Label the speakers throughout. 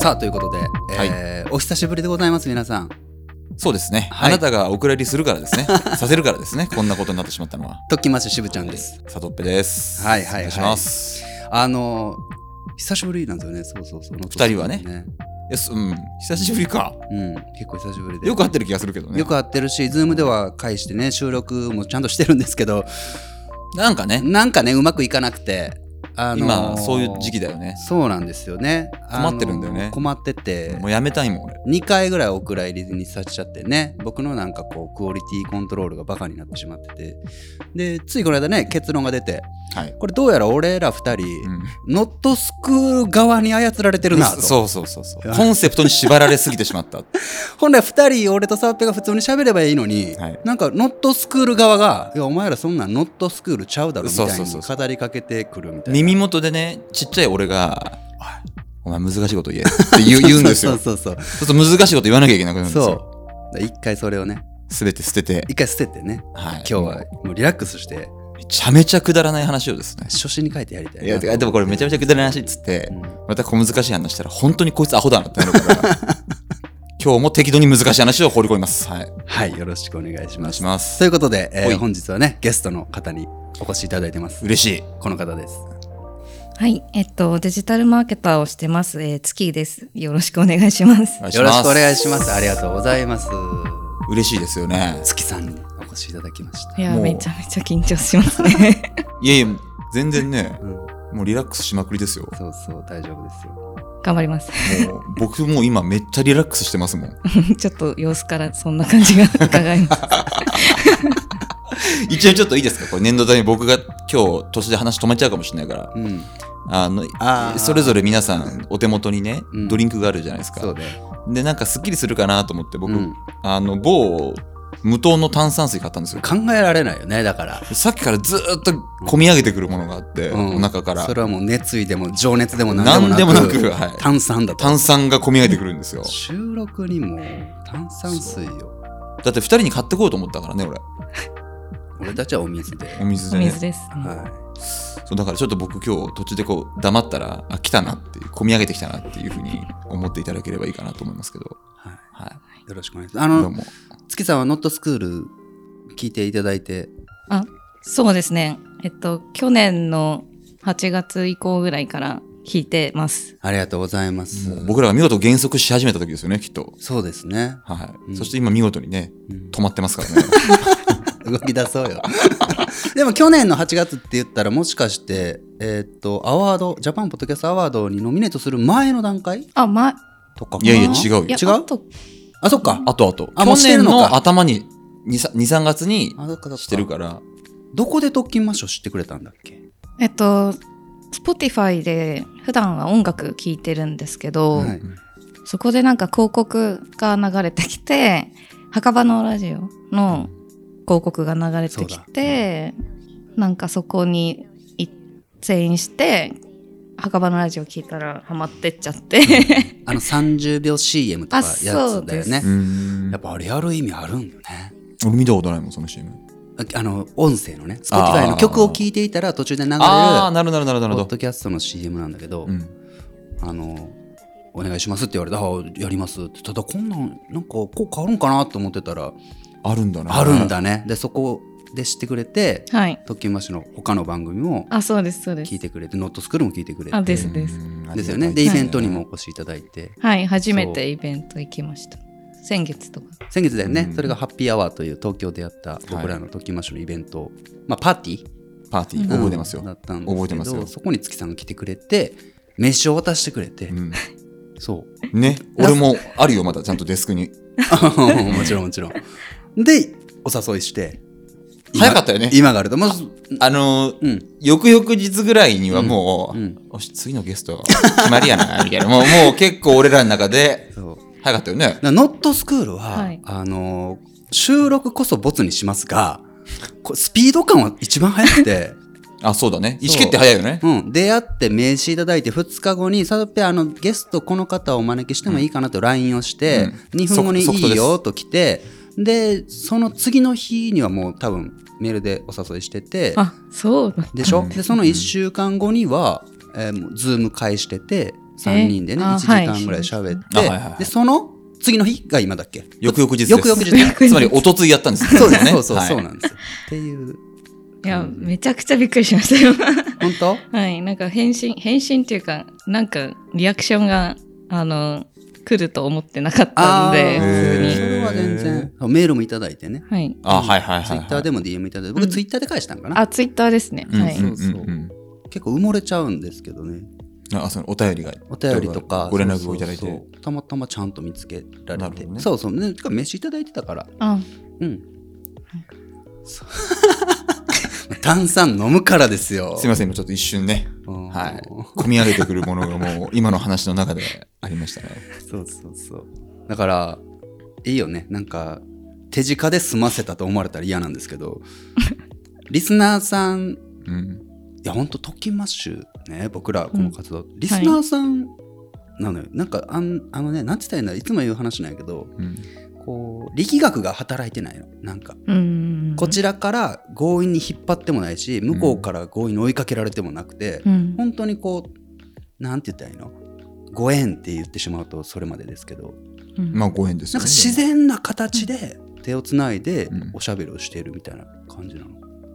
Speaker 1: さあということで、えーお久しぶりでございます皆さん
Speaker 2: そうですね、
Speaker 1: はい
Speaker 2: あなたがお蔵入りするからで すね。させるからですね。こんなことになってしまったのは。
Speaker 1: ときまししぶちゃんです
Speaker 2: サトッペです。
Speaker 1: はいはいはい
Speaker 2: お願いします。
Speaker 1: あの久しぶりなんですよねそうそうそう
Speaker 2: 二人はねいやすうん、久しぶりか。
Speaker 1: うん結構久しぶりで
Speaker 2: よく会ってる気がするけどね。
Speaker 1: よく会ってるし Zoom では返してね収録もちゃんとしてるんですけど
Speaker 2: なんかね、
Speaker 1: なんかねうまくいかなくて、あのー
Speaker 2: 今、そういう時期だよね。
Speaker 1: そうなんですよねあのー
Speaker 2: 困ってるんだよね
Speaker 1: 困ってて
Speaker 2: もうやめたいもん、俺。
Speaker 1: 2回ぐらいお蔵入りにさせちゃってね僕のなんかこうクオリティコントロールがバカになってしまっててでついこの間ね結論が出て
Speaker 2: はい。
Speaker 1: これどうやら俺ら2人、
Speaker 2: うん
Speaker 1: ノットスクール側に操られてるなと
Speaker 2: そうそうそうそう。コンセプトに縛られすぎてしまっ た。は
Speaker 1: 本来2人俺とサッペが普通に喋ればいいのに、
Speaker 2: い。
Speaker 1: なんかノットスクール側が「いやお前らそんなんノットスクールちゃうだろ」みたい
Speaker 2: そう
Speaker 1: に
Speaker 2: そうそう
Speaker 1: 語りかけてくるみたいな。
Speaker 2: 耳元でね、ちっちゃい俺が、おいお前難しいこと言えって言う言うんですよ。
Speaker 1: そうそうそう
Speaker 2: そうすると難しいこと言わなきゃいけなくなるんです
Speaker 1: そう。
Speaker 2: よ。
Speaker 1: そう。だから一回それをね、
Speaker 2: すべて捨てて。
Speaker 1: 一回捨ててね、
Speaker 2: はい。
Speaker 1: 今日はもうリラックスして、
Speaker 2: めちゃめちゃくだらない話をですね。
Speaker 1: 初心に書いてやりたい。
Speaker 2: いや、てかでもこれめちゃめちゃくだらない話っつって、
Speaker 1: うん
Speaker 2: また小難しい話したら、本当にこいつアホだなってな るから、今日も適度に難しい話を放り込みます。はい。お
Speaker 1: はい、よろしくお願いし
Speaker 2: 願
Speaker 1: ま
Speaker 2: い
Speaker 1: す
Speaker 2: し。ます
Speaker 1: とい。うことで、えー
Speaker 2: ほい
Speaker 1: 本日はね、ゲストの方にお越しいただいてます。
Speaker 2: 嬉しい。
Speaker 1: この方です。
Speaker 3: はい、えっと、デジタルマーケターをしてます、えー、月です。よろしくお願いします。
Speaker 1: よろしくお願い
Speaker 2: し
Speaker 1: します。ありがとうございます。
Speaker 2: ます。嬉しいですよね。
Speaker 1: 月さんにお越しいただきました。
Speaker 3: いや、
Speaker 2: もう
Speaker 3: めちゃめちゃ緊張しますね。
Speaker 2: いやいや、全然ね、
Speaker 1: うん、
Speaker 2: もうリラックスしまくりですよ。
Speaker 1: そうそう、大丈夫ですよ。
Speaker 3: 頑張ります。
Speaker 2: もう僕もう今めっちゃリラックスしてますもん。
Speaker 3: ちょっと様子からそんな感じが伺います。
Speaker 2: 一応ちょっといいですかこれ年度代に僕が今日途中で話止まっちゃうかもしれないから。
Speaker 1: うん、
Speaker 2: あの、
Speaker 1: あー
Speaker 2: それぞれ皆さんお手元にね、
Speaker 1: うん
Speaker 2: ドリンクがあるじゃないです
Speaker 1: そ
Speaker 2: か
Speaker 1: う。ね。
Speaker 2: で、なんかすっきりするかなと思って僕、
Speaker 1: うん
Speaker 2: あの某無糖の炭酸水買ったんですよ
Speaker 1: 考えられないよね、だから。
Speaker 2: さっきからずーっと込み上げてくるものがあって、
Speaker 1: うん
Speaker 2: お腹から
Speaker 1: それはもう熱意でも情熱でも
Speaker 2: 何
Speaker 1: 何
Speaker 2: で
Speaker 1: で
Speaker 2: も
Speaker 1: もな
Speaker 2: なく
Speaker 1: く、
Speaker 2: はい、
Speaker 1: 炭酸だと。
Speaker 2: 炭酸が込み上げてくるんですよ
Speaker 1: 収録にも炭酸水を
Speaker 2: だって2人に買ってこようと思ったからね俺
Speaker 1: 俺たちはお水で、
Speaker 2: お水
Speaker 3: お
Speaker 2: でね
Speaker 3: 水です、
Speaker 1: は
Speaker 2: そうだからちょっと僕今日途中でこう黙ったらあ来たなっていう込み上げてきたなっていうふうに思っていただければいいかなと思いますけど、
Speaker 1: はい
Speaker 2: はい
Speaker 1: い、よろしくお願いしますあ
Speaker 2: どう
Speaker 1: の
Speaker 2: も
Speaker 1: 月さんは「ノットスクール聞いていただいて
Speaker 3: あ、そうですね。えっと、去年の8月以降ぐらいから弾いてます。
Speaker 1: ありがとうございます
Speaker 2: もう僕らが見事減速し始めた時ですよねきっと
Speaker 1: そうですね、
Speaker 2: は
Speaker 1: う
Speaker 2: い、
Speaker 1: ん
Speaker 2: そして今見事にね
Speaker 1: うん
Speaker 2: 止まってますからね
Speaker 1: 動き出そうよ でも去年の8月って言ったらもしかしてえーっとアワードジャパンポッドキャストアワードにノミネートする前の段階
Speaker 3: あ、ま、
Speaker 1: とかか
Speaker 2: い
Speaker 1: な
Speaker 2: やいや違うよ
Speaker 3: いや
Speaker 1: 違う
Speaker 3: あと
Speaker 1: あそっか
Speaker 2: あとあと
Speaker 1: あもう
Speaker 2: 去
Speaker 1: して
Speaker 2: 年
Speaker 1: るのか
Speaker 2: の頭に23月に
Speaker 1: あそっかそっか
Speaker 2: してるから
Speaker 1: どこで特勤マッシュ知ってくれたんだっけ
Speaker 3: えっと、Spotify で普段は音楽聴いてるんですけど、
Speaker 1: はい
Speaker 3: そこでなんか広告が流れてきて墓場のラジオの広告が流れてきて、なんかそこにい全員して墓場のラジオ聞いたらハマってっちゃって、
Speaker 1: あの30秒 CM とかやつだよね
Speaker 3: あそうです
Speaker 2: うん
Speaker 1: やっぱあれやる意味あるんよね
Speaker 2: 俺見たことないもんその CM
Speaker 1: ああの音声のね
Speaker 2: あー
Speaker 1: Spotify の曲を聴いていたら途中で流れる
Speaker 2: ああなるなるなるなる
Speaker 1: ポッ
Speaker 2: ほど、
Speaker 1: ドキャストの CM なんだけど、
Speaker 2: うん、
Speaker 1: あのお願いしますって言われてああやりますってただこんなんなんかこう変わるんかなと思ってたら
Speaker 2: あるんだな
Speaker 1: あるんだねでそこで知ってくれて
Speaker 3: はい
Speaker 1: 特急マッシュの他他の番組も
Speaker 3: あそうですそうです
Speaker 1: 聞いてくれてノットスクールも聞いてくれ
Speaker 3: あ
Speaker 1: て
Speaker 3: ですです
Speaker 2: うん
Speaker 1: ですよねでイベントにもお越しいただいて
Speaker 3: はい初めてイベント行きました先月とか
Speaker 1: 先月だよね、
Speaker 2: うん
Speaker 1: それがハッピーアワーという東京でやった僕らの特急マッシュのイベント、まあパーティー
Speaker 2: パーティー
Speaker 3: うん
Speaker 2: 覚えてますよ、
Speaker 1: だったんです
Speaker 2: 覚え
Speaker 1: け
Speaker 2: てます
Speaker 1: ど
Speaker 2: よ
Speaker 1: そこに月さんが来てくれて飯を渡してくれて、
Speaker 2: うん
Speaker 1: そう
Speaker 2: ね俺もあるよまだちゃんとデスクに
Speaker 1: もちろん もちろんでお誘いして今
Speaker 2: 早かったよね
Speaker 1: 今があるとまず
Speaker 2: あのー
Speaker 1: うん
Speaker 2: 翌々日ぐらいにはもう、
Speaker 1: うんうん
Speaker 2: よし次のゲストが決まりやなみたいなもうもう結構俺らの中で
Speaker 1: そう
Speaker 2: 早かったよね
Speaker 1: だノットスクールは、
Speaker 3: はい
Speaker 1: あのー収録こそボツにしますがこうスピード感は一番速く て、
Speaker 2: あそうだね意思決定早いよね
Speaker 1: うん、出会って名刺いただいて2日後にサドペあのゲストこの方をお招きしてもいいかなと LINE をして、2分後に「
Speaker 2: 即即答
Speaker 1: い
Speaker 2: で
Speaker 1: い
Speaker 2: す
Speaker 1: よ」と来てでその次の日にはもう多分メールでお誘いしてて
Speaker 3: あそうだ
Speaker 1: でしょ、
Speaker 2: うん
Speaker 1: でその1週間後には、えーもうズーム会してて3人でね、
Speaker 3: えー
Speaker 1: 1
Speaker 3: あ
Speaker 1: 時間ぐらい喋って、
Speaker 2: はいあはいはいはい
Speaker 1: で、その次の日が今だっけ
Speaker 2: 翌々日です。
Speaker 1: 翌々日
Speaker 3: 翌々日
Speaker 2: つまり、おとついやったんですね
Speaker 1: そうですね。そうそう、
Speaker 2: はい
Speaker 1: そうなんですよ。っていう、
Speaker 3: いや、めちゃくちゃびっくりしましたよ。
Speaker 1: 本 当
Speaker 3: はい、なんか返信、返信っていうか、なんかリアクションが、あの、来ると思ってなかった
Speaker 1: ー
Speaker 3: んで、普
Speaker 2: へ
Speaker 1: そ
Speaker 3: 通に。
Speaker 1: れは全然。メールもいただいてね。
Speaker 3: はい。
Speaker 2: あ、はいはいはい
Speaker 1: ツ
Speaker 2: は
Speaker 1: イ
Speaker 2: い。
Speaker 1: ッターでも DM いただいて、僕
Speaker 3: うん
Speaker 1: ツイッターで返したんかな。
Speaker 3: あ、ツイッターですね。
Speaker 2: うんうん
Speaker 3: はい。
Speaker 1: そうそう
Speaker 2: うんうん
Speaker 1: 結構埋もれちゃうんですけどね。
Speaker 2: あ、そのお便りが。
Speaker 1: お便りとか、
Speaker 2: ご連絡をいただいて。
Speaker 1: そうそうそうたまたまちゃんと見つけら
Speaker 2: な
Speaker 1: れ
Speaker 2: るほ
Speaker 1: て。
Speaker 2: どね
Speaker 1: そうそう。ね、てか飯いただいてたから。
Speaker 3: あ、
Speaker 1: うん。そう炭酸飲むからですよ。
Speaker 2: すいません、今ちょっと一瞬ね、
Speaker 1: うん
Speaker 2: はい。込み上げてくるものがもう、今の話の中でありましたね。
Speaker 1: そうそうそう。だから、いいよね。なんか、手近で済ませたと思われたら嫌なんですけ ど、リスナーさん、
Speaker 2: うん。
Speaker 1: いや、ほんと、トキマッシュね、僕ら、この活動、リスナーさんなのよ。なんかあん、あのね、なんて言ったらいいんだろういつも言う話なんやけど、
Speaker 2: うん。
Speaker 1: こう、力学が働いてないの。なんか、
Speaker 3: うん。
Speaker 1: こちらから強引に引っ張ってもないし、向こうから強引に追いかけられてもなくて、
Speaker 3: うん。
Speaker 1: 本当にこう、なんて言ったらいいのご縁って言ってしまうと、それまでですけど、
Speaker 3: うん
Speaker 2: まあ、ご縁です
Speaker 1: な
Speaker 2: よ
Speaker 1: んか
Speaker 2: ね。
Speaker 1: 自然な形で手をつないで
Speaker 2: うん
Speaker 1: おしゃべりをしているみたいな感じなの。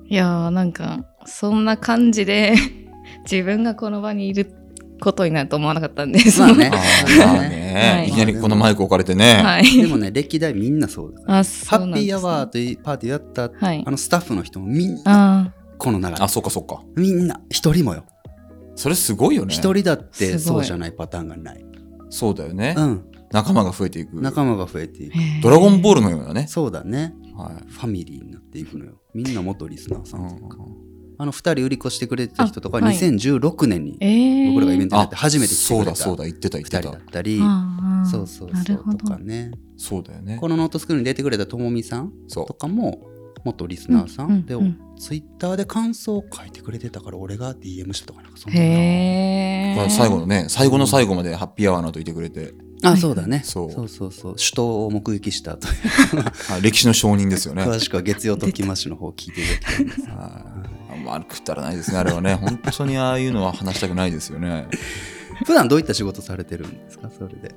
Speaker 3: いやーなんかそんな感じで 自分がこの場にいることになると思わなかったんです、
Speaker 1: まあね
Speaker 2: あーまあ
Speaker 3: は
Speaker 2: ね。
Speaker 3: い
Speaker 2: いきなりこのマイク置かれてね。
Speaker 3: は
Speaker 1: で
Speaker 3: い。
Speaker 1: もね、歴代みんなそうだから。ハ
Speaker 3: あ、そうなん
Speaker 1: ッ
Speaker 3: です
Speaker 1: ピ
Speaker 3: ね
Speaker 1: ーアワーというパーティーやった、
Speaker 3: はい
Speaker 1: あ。のスタッフの人もみんな
Speaker 3: あ
Speaker 1: この流れ
Speaker 2: あ、。そっかそっか。
Speaker 1: みんな、一人もよ。
Speaker 2: それすごいよね。
Speaker 1: 一人だって
Speaker 3: す
Speaker 1: そ
Speaker 3: ごい
Speaker 1: うじゃないパターンがない。
Speaker 2: そうだよね。
Speaker 1: うん。
Speaker 2: 仲間が増えていく。
Speaker 1: 仲間が増えていく。
Speaker 3: ー
Speaker 2: ドラゴンボールのようなね。
Speaker 1: そうだね。
Speaker 2: は
Speaker 1: ファミリーになっていくのよ。みんな元リスナー
Speaker 2: い。
Speaker 1: さ
Speaker 2: うんん
Speaker 1: というか。あの二人売り越してくれてた人とか、
Speaker 3: あはい
Speaker 1: 2016年に
Speaker 3: えー、
Speaker 1: 僕らがイベントになって
Speaker 2: あ
Speaker 1: 初めて来て
Speaker 2: そ
Speaker 1: く
Speaker 2: う
Speaker 1: れ
Speaker 2: だ
Speaker 1: た
Speaker 2: そうだ、言ってた言っ
Speaker 1: 二
Speaker 2: て
Speaker 1: 人だ
Speaker 2: た
Speaker 1: っ。たり、
Speaker 3: あー
Speaker 1: そうそう
Speaker 3: な
Speaker 1: そ
Speaker 3: る
Speaker 1: う
Speaker 3: ほ
Speaker 1: と
Speaker 3: ど
Speaker 1: か。ね。
Speaker 2: そうだよね
Speaker 1: こ。のノートスクールに出てくれたともみさん
Speaker 2: そう
Speaker 1: と。かも元リスナーさんで、
Speaker 3: うんうん
Speaker 1: ツイッターで感想を書いてくれてたから俺が DM したとかなんかそんな
Speaker 3: へ
Speaker 2: こ
Speaker 3: え。
Speaker 2: の最後のね、最後の最後までハッピーアワーのといてくれて、
Speaker 1: あそうだね
Speaker 2: そう
Speaker 1: そうそうそう首都を目撃したという
Speaker 2: あ歴史の証人ですよね。
Speaker 1: 詳しくは月曜ときましの方を聞いていただきたいんです
Speaker 2: はいまあ、くだらないですね、あれはね。 本当にああいうのは話したくないですよね。
Speaker 1: 普段どういった仕事されてるんですかそれで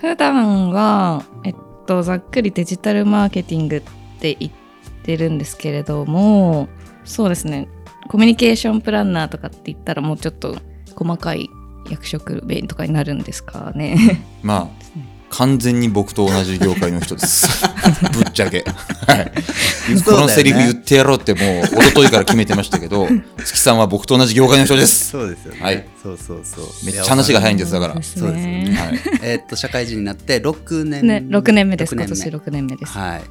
Speaker 3: 普段は、えっと、ざっくりデジタルマーケティングって言ってるんですけれどもそうですねコミュニケーションプランナーとかって言ったらもうちょっと細かい役職弁とかになるんですかね。
Speaker 2: まあ、完全に僕と同じ業界の人 です。ぶっちゃけ。はい。
Speaker 1: そうだ
Speaker 2: こ
Speaker 1: よね
Speaker 2: のセリフ言ってやろうってもう、一昨日から決めてました けど、月さんは僕と同じ業界の人です。
Speaker 1: そうですよね
Speaker 2: はい
Speaker 1: そうそうそう
Speaker 2: めっちゃ話が早いんです、だから。
Speaker 1: そうですよね
Speaker 2: はい。
Speaker 1: えーっと社会人になって6年
Speaker 3: ね、6年目です
Speaker 1: 六
Speaker 3: 今年6年目です。
Speaker 1: はい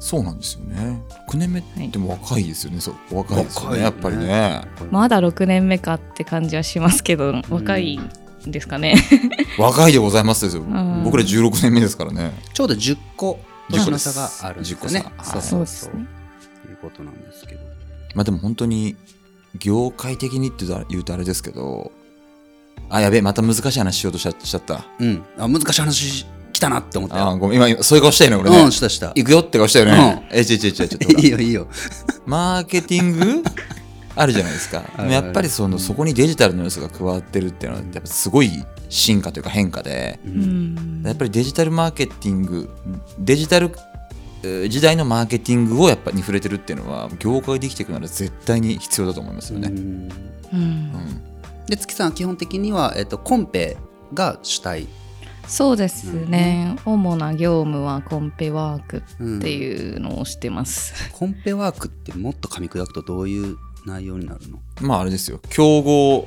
Speaker 2: そうなんですよね。6年目
Speaker 3: はい
Speaker 2: でも若いですよね。そう、お若いですよ
Speaker 1: 若い
Speaker 2: ね。
Speaker 1: ね
Speaker 2: やっぱりね。
Speaker 3: まだ6年目かって感じはしますけど若いんですかね。
Speaker 2: 若いでございますですよ
Speaker 3: ん。
Speaker 2: 僕ら16年目ですからね。
Speaker 1: ちょうど10個年の差があるんですよね
Speaker 2: 10個差
Speaker 1: そう
Speaker 3: そう
Speaker 1: そうそ
Speaker 3: です
Speaker 1: う
Speaker 3: ね。
Speaker 1: ということなんですけど
Speaker 2: まあでも本当に、業界的にって言うと言うとあれですけど、あ、やべえ、また難しい話しようとしちゃしちゃった。
Speaker 1: うんあ難しい話来たなって思った
Speaker 2: あ
Speaker 1: よ
Speaker 2: ーごめん、今今、そういう顔したよね、俺
Speaker 1: う
Speaker 2: ね
Speaker 1: ん。したした
Speaker 2: 行くよって顔したよね。え、違う違う違う、ちょっと ほら
Speaker 1: いいよいいよ
Speaker 2: マーケティングあるじゃない ですか。
Speaker 1: あ
Speaker 2: で
Speaker 1: る
Speaker 2: もやっぱりその、
Speaker 1: うん
Speaker 2: そこにデジタルの要素が加わってるっていうのは、やっぱすごい進化というか変化で、
Speaker 1: う
Speaker 3: うんん
Speaker 2: やっぱりデジタルマーケティング、デジタルえー時代のマーケティングをやっぱに触れてるっていうのは、業界で生きていくなら絶対に必要だと思いますよね。
Speaker 3: うん
Speaker 2: うん
Speaker 1: で月さんは基本的には、えっとコンペが主体、
Speaker 3: そうですね、主な業務はコンペワーク
Speaker 1: うん
Speaker 3: っていうのをしてます、
Speaker 1: コンペワークってもっと噛み砕くとどういう内容になるの
Speaker 2: まああれですよ、競合、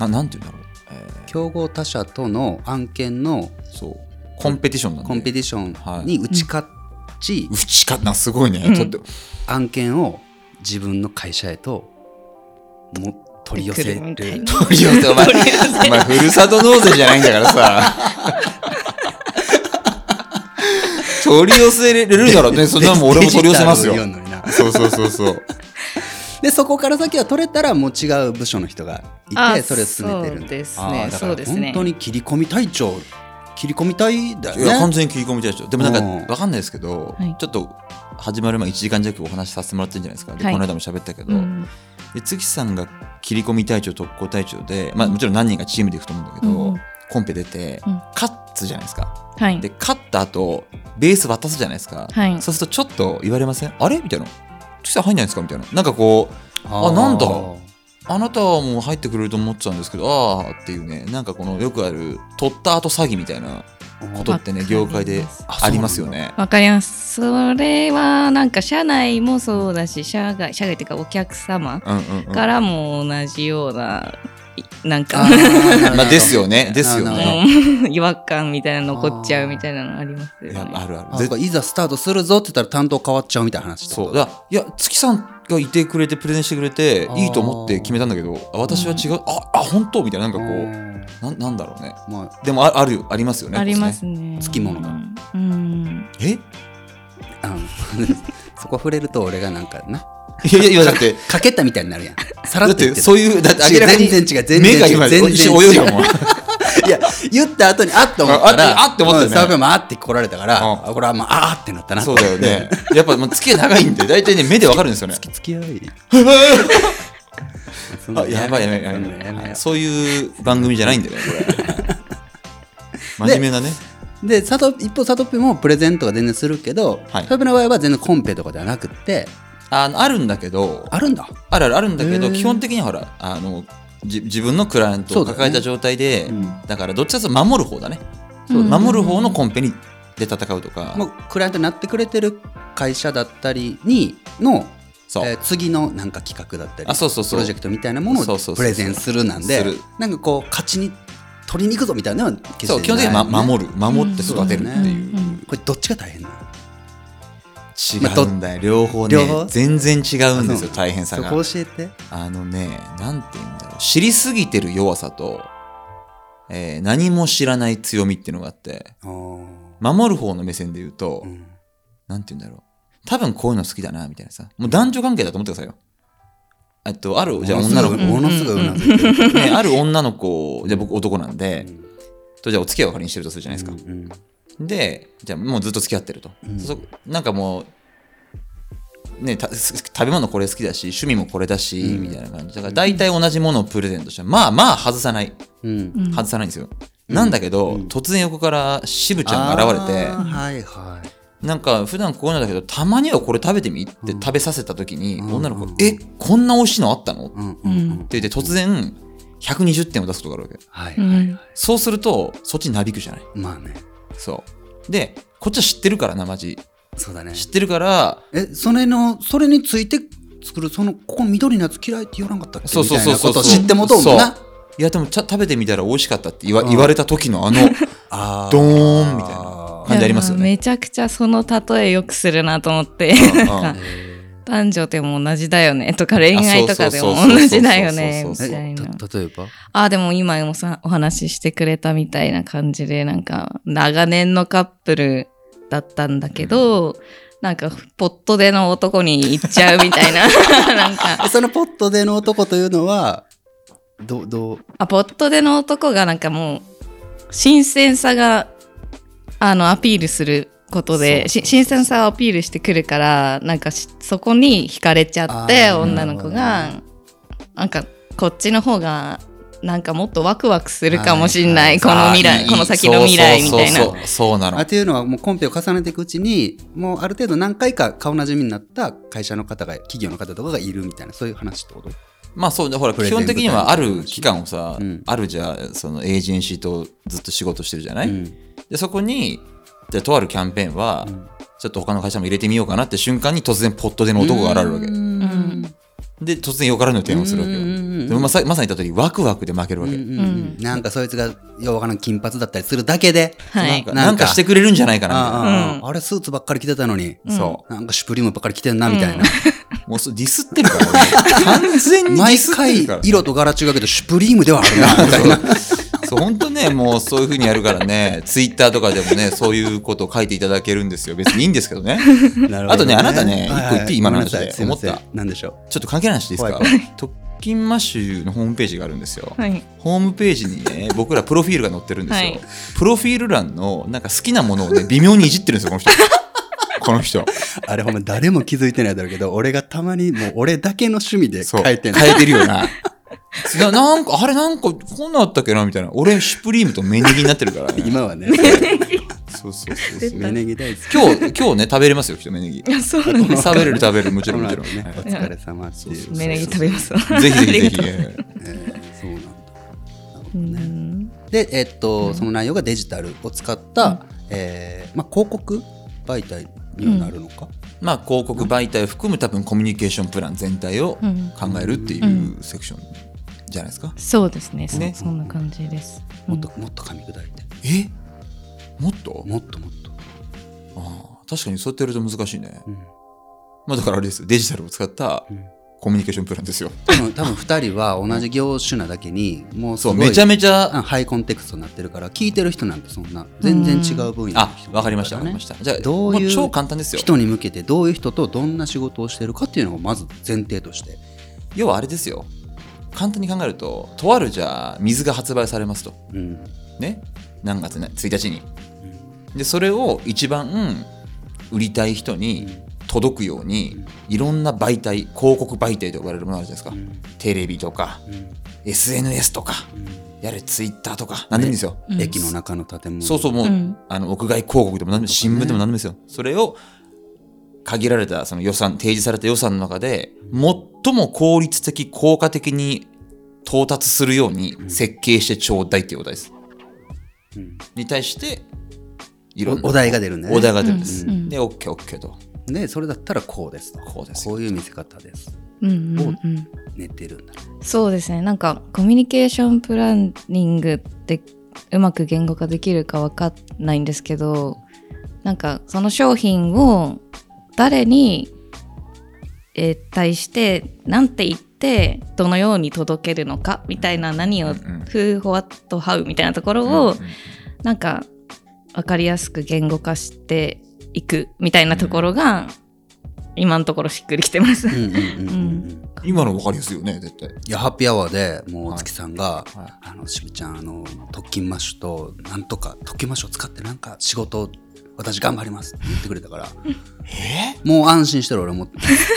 Speaker 2: ななんて言うんだろう、えー
Speaker 1: 競合他社との案件の
Speaker 2: そう、コンペティションなんで。
Speaker 1: コンペティションに打ち勝ち、
Speaker 2: うちかな、すごいね。
Speaker 3: うん
Speaker 2: ちょっと、
Speaker 1: 案件を自分の会社へとも取り寄せ
Speaker 3: 取ってくるみたい
Speaker 1: る
Speaker 3: な
Speaker 2: 取り寄せ、お前、お前、ふるさと納税じゃないんだからさ。取り寄せれるだろうね。そんなもん俺も取り寄せ ますよ
Speaker 1: デジ。タルを言うのにな
Speaker 2: そうそうそうそう。
Speaker 1: でそこから先は取れたらもう違う部署の人がいて
Speaker 3: あ
Speaker 1: それを進めてるん
Speaker 3: そ
Speaker 1: だ
Speaker 3: うです
Speaker 1: あー
Speaker 3: ね
Speaker 1: だから
Speaker 3: そうですね
Speaker 1: 本当に切り込み隊長切り込み隊だ
Speaker 2: いや、
Speaker 1: よ
Speaker 2: 完
Speaker 1: ね
Speaker 2: 全に切り込みたいでしょ。でもなんか、
Speaker 1: うん
Speaker 2: わかんないですけど、
Speaker 3: はい
Speaker 2: ちょっと、始まる前1時間弱お話しさせてもらってるんじゃないですか。で
Speaker 3: はい
Speaker 2: この間も喋ったけど、
Speaker 3: うん
Speaker 2: で、月さんが切り込み隊長、特攻隊長で、まあもちろん何人かチームで行くと思うんだけど、
Speaker 3: うん
Speaker 2: コンペ出て、
Speaker 3: うん
Speaker 2: 勝つじゃないですか
Speaker 3: はい
Speaker 2: で勝った後ベース渡すじゃないですか、
Speaker 3: はい
Speaker 2: そうするとちょっと言われませんあれみたいなそしたら入んないんですかみたいななんかこうあなんだあなたはもう入ってくれると思ってたんですけどああっていうねなんかこのよくある取った後詐欺みたいなことってね
Speaker 3: わかり
Speaker 2: 業
Speaker 3: ます
Speaker 2: 界でありますよね
Speaker 3: わかりますそれはなんか社内もそうだし社外社外っていうかお客様
Speaker 2: うんうんうん
Speaker 3: からも同じようないなんか
Speaker 1: あー
Speaker 2: まあですよねですよ
Speaker 1: なるほ
Speaker 2: ね
Speaker 3: うん違和感みたいなの残っちゃうみたいなのあります
Speaker 2: い
Speaker 3: よ
Speaker 2: や
Speaker 3: ね。
Speaker 2: あるあ
Speaker 1: あ
Speaker 2: る
Speaker 1: そう
Speaker 2: 絶
Speaker 1: かいざスタートするぞって言ったら担当変わっちゃうみたいな話ってこ
Speaker 2: そ
Speaker 1: と
Speaker 2: うだいや月さんがいてくれてプレゼンしてくれて
Speaker 1: あー
Speaker 2: いいと思って決めたんだけどあ私は違う、ああ本当みたいななんかこう
Speaker 1: こ
Speaker 2: なんなんだろうね
Speaker 1: う、 まあ、
Speaker 2: でもああるよありますよね
Speaker 3: ありま
Speaker 2: こ
Speaker 3: すね。
Speaker 1: つきものが
Speaker 3: うん。
Speaker 2: こねえ
Speaker 1: あのそこ触れると俺がなんかない
Speaker 2: やいやいやだって
Speaker 1: かけたみたいになるやんさら
Speaker 2: だ
Speaker 1: っ
Speaker 2: っ
Speaker 1: と言っててる
Speaker 2: そういうだって明らかに
Speaker 1: 違う全然違う全然違
Speaker 2: 目
Speaker 1: う
Speaker 2: が今
Speaker 1: 全然違う
Speaker 2: 一瞬泳いだ も
Speaker 1: い
Speaker 2: ん
Speaker 1: や言った後にあっと思ったら
Speaker 2: ああって思ったよね
Speaker 1: うんサーフィンもあって来られたから、
Speaker 2: うん
Speaker 1: あこれはまああーってなったな
Speaker 2: そうだよねやっぱもう付き合い長いんで大体ね目でわかるんですよね
Speaker 1: 付き合いそんな
Speaker 2: あ
Speaker 1: の
Speaker 2: やばいやばいや
Speaker 1: そん
Speaker 2: ば
Speaker 1: ないの
Speaker 2: やば
Speaker 1: めよ
Speaker 2: いうそういう番組じゃないんだよねこ れ真面目なね
Speaker 1: でサト一方サトピもプレゼントは全然するけど、
Speaker 2: はい
Speaker 1: サトピの場合は全然コンペとかではなくって
Speaker 2: あのあるんだけど
Speaker 1: あるんだ
Speaker 2: あるあるあるんだけ
Speaker 1: へ
Speaker 2: ど
Speaker 1: ー
Speaker 2: 基本的にはほらあのじ自分のクライアント
Speaker 1: そ
Speaker 2: を
Speaker 1: うだよね
Speaker 2: 抱えた状態でだ,、
Speaker 1: うん
Speaker 2: からどっちかというと守る方だね
Speaker 3: そうだね
Speaker 2: 守る方のコンペにで戦うとか、
Speaker 1: もうクライアントになってくれてる会社だったりにの、
Speaker 2: そう、
Speaker 1: えー次のなんか企画だったり
Speaker 2: あそうそうそう
Speaker 1: プロジェクトみたいなもの
Speaker 2: そ
Speaker 1: を
Speaker 2: うそうそう
Speaker 1: プレゼンするなんです
Speaker 2: る
Speaker 1: なんかこう勝ちに取りに行くぞみたいなのは決して
Speaker 2: そう基本的には、ま、
Speaker 1: ないね
Speaker 2: 守る守って育てるっていう,、
Speaker 3: うんうん
Speaker 1: これどっちが大変なの
Speaker 2: 違うんだよ両方ね
Speaker 1: 両方
Speaker 2: 全然違うんですよ
Speaker 1: あ
Speaker 2: 大変さ
Speaker 1: そ
Speaker 2: が
Speaker 1: こ教えて
Speaker 2: あのね、なんて言うんだろう。知りすぎてる弱さと、えー何も知らない強みっていうのがあって、
Speaker 1: あー
Speaker 2: 守る方の目線で言うと、
Speaker 1: うん
Speaker 2: なんて言うんだろう。多分こういうの好きだな、みたいなさ。もう男女関係だと思ってくださいよ。えっと、ある、じゃあ女の子、ね、
Speaker 1: ものすごいうなずいてる
Speaker 2: ある女の子、じゃあ僕男なんで、
Speaker 1: うん
Speaker 2: とじゃあお付き合いを仮にしてるとするじゃないです
Speaker 1: う
Speaker 2: か。
Speaker 1: ん
Speaker 2: で、じゃあもうずっと付き合ってると。
Speaker 1: うん
Speaker 2: そなんかもう、ね、た す食べ物これ好きだし、趣味もこれだし、
Speaker 1: うん
Speaker 2: みたいな感じ。だから大体同じものをプレゼントして、まあまあ外さない。
Speaker 1: うん
Speaker 3: うん
Speaker 2: 外さないんですよ。なんだけど、
Speaker 1: うん
Speaker 2: 突然横から渋ちゃんが現れ
Speaker 1: あー
Speaker 2: て、
Speaker 1: はいはい
Speaker 2: なんか普段こういうのだけど、たまにはこれ食べてみって
Speaker 1: うん
Speaker 2: 食べさせた時に、
Speaker 1: うん
Speaker 2: 女の
Speaker 1: う
Speaker 2: 子
Speaker 1: ん、
Speaker 2: え、こんな美味しいのあったのって
Speaker 1: うんうんうん
Speaker 2: 言って突然、120点を出すことがあるわけ。
Speaker 1: はいうはい
Speaker 3: ん
Speaker 2: そうすると、そっちになびくじゃない。
Speaker 1: まあね
Speaker 2: そう。で、こっちは知ってるからな、マジ。
Speaker 1: そうだね
Speaker 2: 知ってるから、
Speaker 1: えそれのそれについて作るそのここ緑のやつ嫌いって言わなかったっけ
Speaker 2: そうそうそうそう
Speaker 1: みたいなことを知ってもとうもんな
Speaker 2: そういやでもちゃ食べてみたら美味しかったって言わ,、
Speaker 1: うん
Speaker 2: 言われた時のあ の
Speaker 1: あ
Speaker 2: ドーンみたい
Speaker 1: な
Speaker 2: 感じありますよね
Speaker 3: いやめちゃくちゃその例えよくするなと思って。
Speaker 2: うんうん
Speaker 3: 男女でも同じだよねとか恋愛とかでも
Speaker 2: あそうそうそうそう
Speaker 3: 同じだよね
Speaker 2: そう
Speaker 3: み
Speaker 2: そ
Speaker 3: た
Speaker 2: うそうそう
Speaker 3: いな。
Speaker 1: 例えば
Speaker 3: あでも今もさお話ししてくれたみたいな感じでなんか長年のカップルだったんだけど、なんかポットでの男に行っちゃうみたいな なんか
Speaker 1: そのポットでの男というのはどうどう
Speaker 3: あポットでの男がなんかもう新鮮さがあのアピールすることでし新鮮さをアピールしてくるからなんかしそこに惹かれちゃって
Speaker 1: あー
Speaker 3: 女の
Speaker 1: な
Speaker 3: 子
Speaker 1: る
Speaker 3: がなんかこっちの方がなんかもっとワクワクするかもしんない、この未
Speaker 2: あー
Speaker 3: 来
Speaker 2: いい
Speaker 3: この先の未来みたいな
Speaker 2: そうそうそうそうなの
Speaker 1: あっていうのはもうコンペを重ねていくうちにもうある程度何回か顔なじみになった会社の方が企業の方とかがいるみたいなそういう話ってこと
Speaker 2: まあそうだほら
Speaker 1: プレ
Speaker 2: 基
Speaker 1: ゼント
Speaker 2: 本的にはある期間をさ、
Speaker 1: うん
Speaker 2: あるじゃあそのエージェンシーとずっと仕事してるじゃない、
Speaker 1: うん
Speaker 2: でそこにでとあるキャンペーンは、
Speaker 1: うん
Speaker 2: ちょっと他の会社も入れてみようかなって瞬間に突然ポットでの男が現れるわけ
Speaker 1: うん
Speaker 2: で突然よからぬ提案をするわけよ
Speaker 1: うんうんうんうん
Speaker 2: でもまさまさに言った通りワクワクで負けるわけ、
Speaker 1: うんうんなんかそいつがようわからん金髪だったりするだけで
Speaker 3: は
Speaker 2: なん
Speaker 3: い
Speaker 2: か
Speaker 1: なんか
Speaker 2: なんかしてくれるんじゃないかなみたい
Speaker 1: あ
Speaker 2: な
Speaker 1: あああ
Speaker 3: うん
Speaker 1: あれスーツばっかり着てたのに、
Speaker 3: うん
Speaker 2: そ
Speaker 1: なんかシュプリームばっかり着てんなみたいな、
Speaker 2: もうそうディスってるから俺完全 にディ
Speaker 1: 毎
Speaker 2: スって
Speaker 1: 回
Speaker 2: るから
Speaker 1: 色と柄違うけどシュプリームではあるなみたいな
Speaker 2: そう本当ねもうそういうふうにやるからねツイッターとかでもねそういうことを書いていただけるんですよ別にいいんですけどねあとねあなたね一個言っていい今の話で思った
Speaker 1: なんでしょ
Speaker 2: ちょっと関係ない話でいいですか
Speaker 1: 怖
Speaker 2: 特勤マッシュのホームページがあるんですよ、
Speaker 3: はい
Speaker 2: ホームページに ね僕らプロフィールが載ってるんですよ、
Speaker 3: はい
Speaker 2: プロフィール欄のなんか好きなものを ね微妙にいじってるんですよこの人この人
Speaker 1: うあれほんま誰も気づいてないだろうけど俺がたまにもう俺だけの趣味で
Speaker 2: そう
Speaker 1: 書いてんの
Speaker 2: 変えてるよなななんか、あれなんか、こんなんあったっけなみたいな。俺、シュプリームとメネギになってるからね。
Speaker 1: 今はね、
Speaker 2: そうそうそ うそう
Speaker 3: 出
Speaker 1: メネギ大好き。
Speaker 2: 今日、今日ね、食べれますよ、きっとメネギ。
Speaker 3: いやそうなんです
Speaker 2: 食べれる食べれる、もちろんも ちろん。
Speaker 1: ね、お
Speaker 2: は
Speaker 1: 疲れ様っていう。
Speaker 3: メネギ食べますわ
Speaker 2: いぜひぜひぜひ。
Speaker 1: えーそうなんだ。
Speaker 3: うん
Speaker 1: で、えっと、その内容がデジタルを使った、えーまあ、広告媒体にはなるのか、
Speaker 2: まあ、広告媒体を含む多分コミュニケーションプラン全体を
Speaker 3: うん
Speaker 2: 考えるっていうセクションじゃないですか。
Speaker 3: そうですね
Speaker 2: ね
Speaker 3: そそんな感じです、
Speaker 1: もっともっと噛み砕いて
Speaker 2: えもっと
Speaker 1: もっともっと、
Speaker 2: ああ確かにそうやってやると難しいね。
Speaker 1: うん
Speaker 2: まあ、だからあれですよデジタルを使ったコミュニケーションプランですよ。
Speaker 1: 多 分多分2人は同じ業種なだけにもうす
Speaker 2: そ
Speaker 1: ご
Speaker 2: う、
Speaker 1: い
Speaker 2: めちゃめち
Speaker 1: うん
Speaker 2: ゃ、
Speaker 1: ハイコンテクストになってるから聞いてる人なんてそんな全然違う分野の
Speaker 2: あ
Speaker 1: 人、
Speaker 2: わかりました、
Speaker 1: だら
Speaker 2: わか
Speaker 1: ね
Speaker 2: りました。じゃあ、
Speaker 1: どういう
Speaker 2: も超簡単ですよ。
Speaker 1: 人に向けてどういう人とどんな仕事をしてるかっていうのをまず前提として
Speaker 2: 要はあれですよ。簡単に考えると、とあるじゃあ、水が発売されますと。
Speaker 1: うん
Speaker 2: ね。何月ね1日に。で、それを一番売りたい人に届くように、いろんな媒体、広告媒体と呼ばれるものあるじゃないですか。テレビとか、SNS とか、やれ、Twitter とか、何でもいいんですよ。
Speaker 3: うん
Speaker 1: 駅の中の建物
Speaker 2: そうそう、もう、
Speaker 3: うん
Speaker 2: あの屋外広告でも何でも新聞でも何でもいいですよ。それを限られたその予算、提示された予算の中で、最も効率的、効果的に到達するように設計してちょうだいっていうお題です。
Speaker 1: うん
Speaker 2: に対して、いろんな
Speaker 1: おお題が出るね
Speaker 2: お題が出るんです。
Speaker 3: うんうん
Speaker 2: で、OK、OK と。
Speaker 1: でそれだったらこうですと
Speaker 2: こうですよ
Speaker 1: こういう見せ方です
Speaker 3: うんうんうん
Speaker 1: 寝てるんだ
Speaker 3: そうですねなんかコミュニケーションプランニングってうまく言語化できるかわかんないんですけどなんかその商品を誰に、えー対して何て言ってどのように届けるのかみたいな何を
Speaker 2: うんうん
Speaker 3: Who, What, How みたいなところをなんか分かりやすく言語化していくみたいなところが今のところしっくりきてます。
Speaker 1: うんうんうんうんうん
Speaker 3: う
Speaker 2: 今の分かりやすいよね、絶対。
Speaker 1: いやハッピーアワーでもう月さんが「
Speaker 2: はい
Speaker 1: あのしぶちゃんあの特勤マッシュとなんとか特勤マッシュを使ってなんか仕事私頑張ります」って言ってくれたから
Speaker 2: え
Speaker 1: もう安心してる俺もう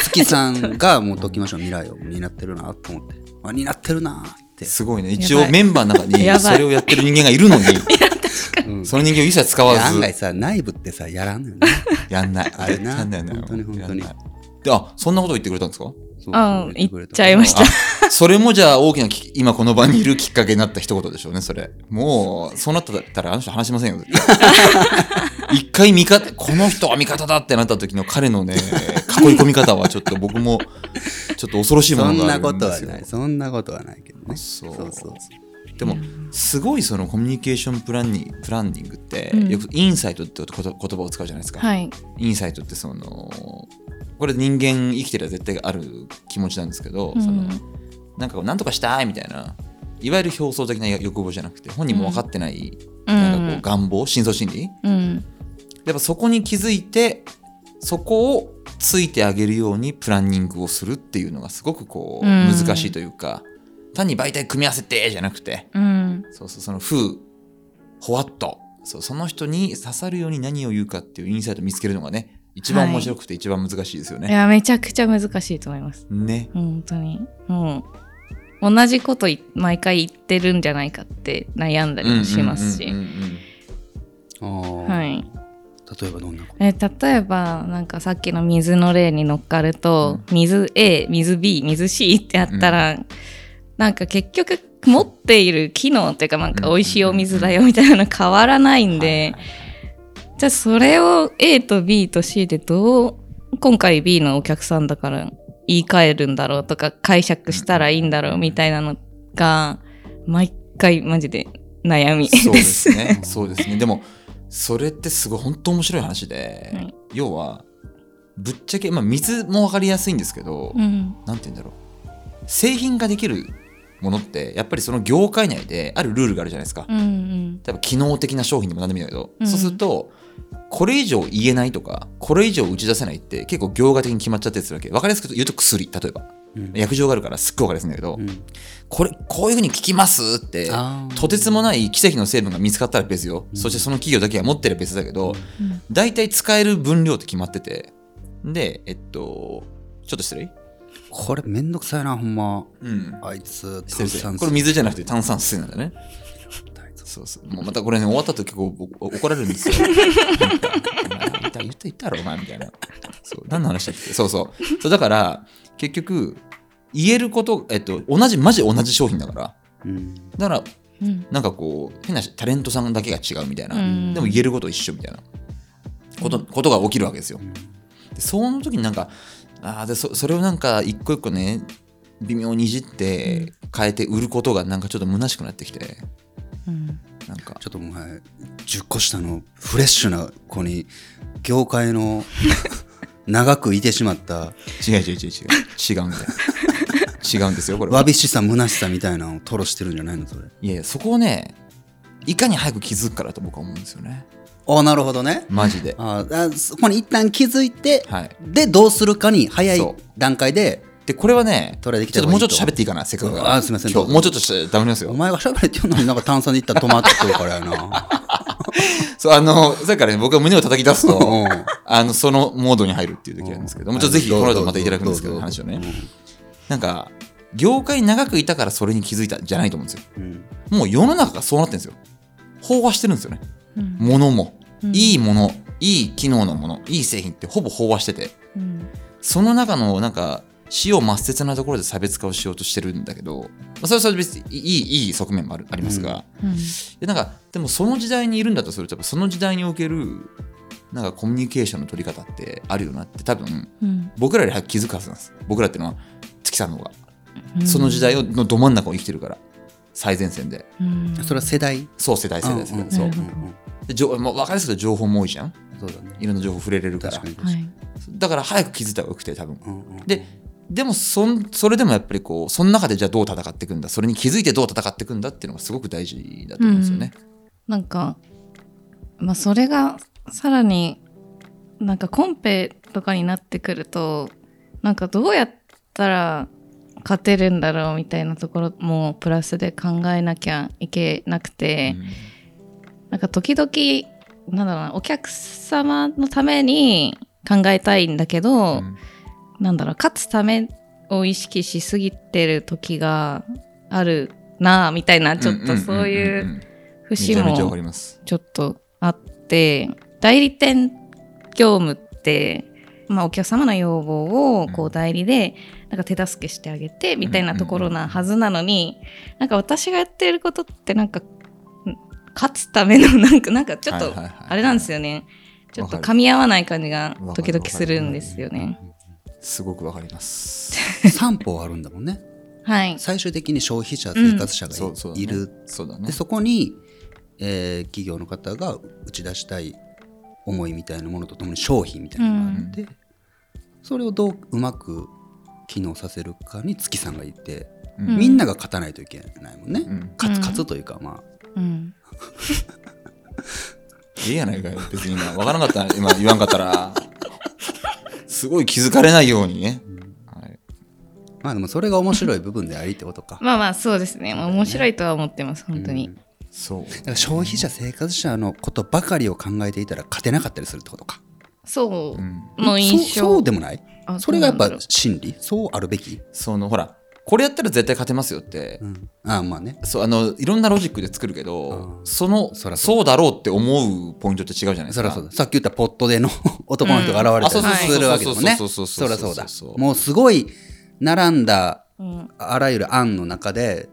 Speaker 1: 月さんがもう特勤マッシュの未来を担ってるなと思ってあ担ってるなって
Speaker 2: すごいね。一
Speaker 3: や
Speaker 2: 応
Speaker 3: ばい
Speaker 2: メンバーの中
Speaker 3: やば
Speaker 2: に
Speaker 3: い
Speaker 2: それをやってる人間がいるのに、その人間を一切使わ
Speaker 1: いや
Speaker 2: ず
Speaker 1: 案。外さ内部ってさやらんのよね
Speaker 2: やんない。
Speaker 1: あれな
Speaker 2: やんないやんない
Speaker 1: 本当に本当に
Speaker 2: やんないで、あ、そんなこと言ってくれたんですか
Speaker 1: そう
Speaker 3: あ
Speaker 1: そう
Speaker 3: 言
Speaker 1: 言
Speaker 3: っちゃいました。
Speaker 2: あ、それもじゃあ大きなき、今この場にいるきっかけになった一言でしょうね、それ。もう、そうなったらあの人話し ませんよ。一回味方、この人は味方だってなった時の彼のね、囲い込み方はちょっと僕も、ちょっと恐ろしいも
Speaker 1: そ
Speaker 2: の
Speaker 1: ん
Speaker 2: があ
Speaker 1: な
Speaker 2: る
Speaker 1: こ
Speaker 2: ん
Speaker 1: と
Speaker 2: で
Speaker 1: は
Speaker 2: すよ。
Speaker 1: ないそんなことはないけどね
Speaker 2: そう
Speaker 1: そうそう
Speaker 2: でも、すごいそのコミュニケーションプランニングプランニングって、
Speaker 3: うん
Speaker 2: よくインサイトってこと言葉を使うじゃないですか。
Speaker 3: はい、
Speaker 2: インサイトってそのこれ人間生きてるら絶対ある気持ちなんですけど、
Speaker 3: うん
Speaker 2: そのなんかこうなんとかしたいみたいないわゆる表層的な欲望じゃなくて本人も分かってない、
Speaker 3: うん
Speaker 2: なんかこう願望深層心理
Speaker 3: うん
Speaker 2: やっぱそこに気づいてそこをついてあげるようにプランニングをするっていうのがすごくこう
Speaker 3: うん
Speaker 2: 難しいというか、単に媒体組み合わせてじゃなくて
Speaker 3: うん
Speaker 2: そうそうその「ふう」「ほわっと」そうその人に刺さるように何を言うかっていうインサイトを見つけるのがね一番面白くて一番難しいですよね。
Speaker 3: いやめちゃくちゃ難しいと思います
Speaker 2: ね。
Speaker 3: 本当にもう同じことい毎回言ってるんじゃないかって悩んだりもします
Speaker 2: うんうん
Speaker 3: し
Speaker 2: うんうんうん
Speaker 1: あー
Speaker 3: はい
Speaker 1: 例えばどんなこ
Speaker 3: え例えばなんかさっきの水の例に乗っかると、水 A 水 B 水 C ってあったら、なんか結局持っている機能っていうかなんか美味しいお水だよみたいなの変わらないんで、じゃあそれを A と B と C でどう今回 B のお客さんだから言い換えるんだろうとか解釈したらいいんだろうみたいなのが毎回マジで悩みです。
Speaker 2: そうですね。そうですね。でも、それってすごい、本当面白い話で、
Speaker 3: はい
Speaker 2: 要は、ぶっちゃけ、まあ、水も分かりやすいんですけど、
Speaker 3: うん
Speaker 2: なんて言うんだろう。製品ができるものって、やっぱりその業界内であるルールがあるじゃないですか。
Speaker 3: うんうん
Speaker 2: 例えば、機能的な商品でも何でもいいんだけど、
Speaker 3: うん
Speaker 2: そうすると、これ以上言えないとか、これ以上打ち出せないって、結構業界的に決まっちゃってるわけ。分かりやすく言うと薬、例えば。
Speaker 1: と、うん
Speaker 2: 薬剤があるから、すっごい分かりやすいんだけど、
Speaker 1: うん
Speaker 2: これ、こういうふうに効きますって、
Speaker 1: あー
Speaker 2: とてつもない奇跡の成分が見つかったら別よ、そしてその企業だけが持ってる別だけど、
Speaker 3: うん
Speaker 2: 大体使える分量って決まっててでえっとちょっと失礼
Speaker 1: これめんどくさいなほんま
Speaker 2: うん。
Speaker 1: あいつ
Speaker 2: 失
Speaker 1: 炭
Speaker 2: 礼失
Speaker 1: 酸
Speaker 2: 礼
Speaker 1: 水
Speaker 2: これ水じゃなくて炭酸水なんだね。
Speaker 1: あいつ
Speaker 2: そうそう。もうまたこれね、終わった時こうお怒られるん ですよ。なんかお前言った言った言ったやろ、お前みたいな。そう。何の話だっけそうそう。そうだから、結局、言えること、えっと、同じ、マジ同じ商品だから。
Speaker 1: うん
Speaker 2: だから、
Speaker 3: うん
Speaker 2: なんかこう、変なしタレントさんだけが違うみたいな。
Speaker 3: うん
Speaker 2: でも言えること一緒みたいなことことが起きるわけですよ。でその時になんかあーでそそれをなんか一個一個ね微妙にいじって変えて売ることがなんかちょっと虚しくなってきて
Speaker 3: うん
Speaker 2: なんか
Speaker 1: ちょっともうはい10個下のフレッシュな子に業界 の長くいてしまった
Speaker 2: 違う違う違う違う違うんだよ違うんですよこれは
Speaker 1: わびしさ虚しさみたいなのを吐露してるんじゃないのそれ
Speaker 2: いやいやそこをねいかに早く気づくからと僕は思うんですよね
Speaker 1: あなるほどね
Speaker 2: マジで
Speaker 1: ああそこに一旦気づいて、
Speaker 2: はい
Speaker 1: でどうするかに早い
Speaker 2: そ
Speaker 1: 段階で
Speaker 2: でこれはね
Speaker 1: トライでき
Speaker 2: ち
Speaker 1: た
Speaker 2: ょっ
Speaker 1: 方がいい
Speaker 2: とも
Speaker 1: う
Speaker 2: ち
Speaker 1: と
Speaker 2: ょっと喋っていいかなせっかくだから
Speaker 1: あすいません
Speaker 2: 今
Speaker 1: どう
Speaker 2: 日
Speaker 1: ぞ
Speaker 2: もうちょっとしダメですよ
Speaker 1: お前が喋れって言うのになんか炭酸でいったら止まってるからやな
Speaker 2: そうあのだからね僕は胸を叩き出すと
Speaker 1: うん
Speaker 2: あの、そのモードに入るっていう時なんですけども、ちょっとぜひこの後またいただくんですけど、
Speaker 1: どう
Speaker 2: 話
Speaker 1: ぞ
Speaker 2: をね。なんか、業界に長くいたからそれに気づいたじゃないと思うんですよ。
Speaker 1: うん
Speaker 2: もう世の中がそうなってるんですよ。飽和してるんですよね。
Speaker 3: うん
Speaker 2: ものも。
Speaker 3: うん
Speaker 2: いいもの、いい機能のもの、いい製品ってほぼ飽和してて、
Speaker 3: うん
Speaker 2: その中のなんか、死を抹殺なところで差別化をしようとしてるんだけど、まあそれはそれで別にいい、いい側面もあるありますが、
Speaker 3: うん
Speaker 2: でなんかでもその時代にいるんだとするとやっぱその時代におけるなんかコミュニケーションの取り方ってあるよなって多分
Speaker 3: うん
Speaker 2: 僕らより早く気づくはずなんです僕らっていうのは月さんの方が
Speaker 3: うん
Speaker 2: その時代をのど真ん中を生きてるから最前線で
Speaker 3: うん
Speaker 1: それは世代
Speaker 2: そう世代世代世
Speaker 1: うんう
Speaker 2: 代、
Speaker 1: ん
Speaker 2: そう
Speaker 3: なるほど
Speaker 2: で情まあ、分かりやすく情報も多いじゃん
Speaker 1: そうだね
Speaker 2: いろんな情報触れれるから
Speaker 1: 確かに確か
Speaker 3: は
Speaker 1: に、
Speaker 3: い
Speaker 2: だから早く気づいた方がよくて多分
Speaker 1: うんうん
Speaker 2: ででもそんそれでもやっぱりこうその中でじゃあどう戦っていくんだそれに気づいてどう戦っていくんだっていうのがすごく大事だと思うんですよね、
Speaker 3: なんか、まあ、それがさらになんかコンペとかになってくるとなんかどうやったら勝てるんだろうみたいなところもプラスで考えなきゃいけなくて、なんか時々なんだろうなお客様のために考えたいんだけ
Speaker 2: う
Speaker 3: ど、
Speaker 2: ん
Speaker 3: なんだろう勝つためを意識しすぎてる時があるなあみたいなちょっとそうい
Speaker 2: んん
Speaker 3: うん
Speaker 2: ん
Speaker 3: 節
Speaker 2: め
Speaker 3: も
Speaker 2: ちゃめちゃわかります。
Speaker 3: ちょっとあって代理店業務って、まあ、お客様の要望をこ
Speaker 2: うん
Speaker 3: う代理でなんか手助けしてあげてみたいなところなはずなのに、なんか私がやってることってなんかん勝つための なんかなんかちょっとあれなんです
Speaker 2: よ。
Speaker 3: よねちょっと
Speaker 2: わかる
Speaker 3: 噛み合わない感じが
Speaker 2: わか
Speaker 3: 時
Speaker 2: る
Speaker 3: 々するんですよね。
Speaker 2: すごくわかります。
Speaker 1: 三歩あるんだもん ね
Speaker 3: はい、
Speaker 1: 最終的に消費者生活者がい,、
Speaker 2: そうそうだね
Speaker 1: いる
Speaker 2: そうだね
Speaker 1: で。そこに、えー企業の方が打ち出したい思いみたいなものとともに商品みたいなのがあって、それをどううまく機能させるかに月さんがいて、
Speaker 2: うん
Speaker 1: みんなが勝たないといけないもんね、
Speaker 2: うん
Speaker 1: 勝つ勝つというかま
Speaker 3: うん
Speaker 2: いいやないかよ。別に今、わからなかったら、今言わんかったら、すごい気づかれないようにね。はい
Speaker 1: あまあでもそれが面白い部分でありってことか
Speaker 3: まあまあそうですねまあ面白いとは思ってます本当に、
Speaker 2: そう。
Speaker 1: だから消費者生活者のことばかりを考えていたら勝てなかったりするってことか
Speaker 3: そううんの印
Speaker 1: そうそ
Speaker 3: 象
Speaker 1: うでもない
Speaker 3: あ
Speaker 1: それがやっ
Speaker 3: そう
Speaker 1: ぱ
Speaker 3: なんだ
Speaker 1: 真理そうあるべき、
Speaker 2: その、ほら、これやったら絶対勝てますよって
Speaker 1: う、ん、ああまあね
Speaker 2: そう、あの、いろんなロジックで作るけど
Speaker 1: う、ん
Speaker 2: その、
Speaker 1: そらそう
Speaker 2: そうだろうって思うポイントって違うじゃないです
Speaker 1: そり
Speaker 2: か。
Speaker 1: ゃそうださっき言ったポットでの 男の人が現れた
Speaker 3: うん
Speaker 1: り
Speaker 3: あそうそうそう
Speaker 1: するわけでもんね
Speaker 2: そうそうそ
Speaker 1: そ
Speaker 2: うそう
Speaker 1: り
Speaker 2: そ
Speaker 1: ゃ
Speaker 2: う
Speaker 1: そうだ
Speaker 2: そうそう
Speaker 1: もうすごい並んだ
Speaker 3: うん
Speaker 1: あらゆる案の中で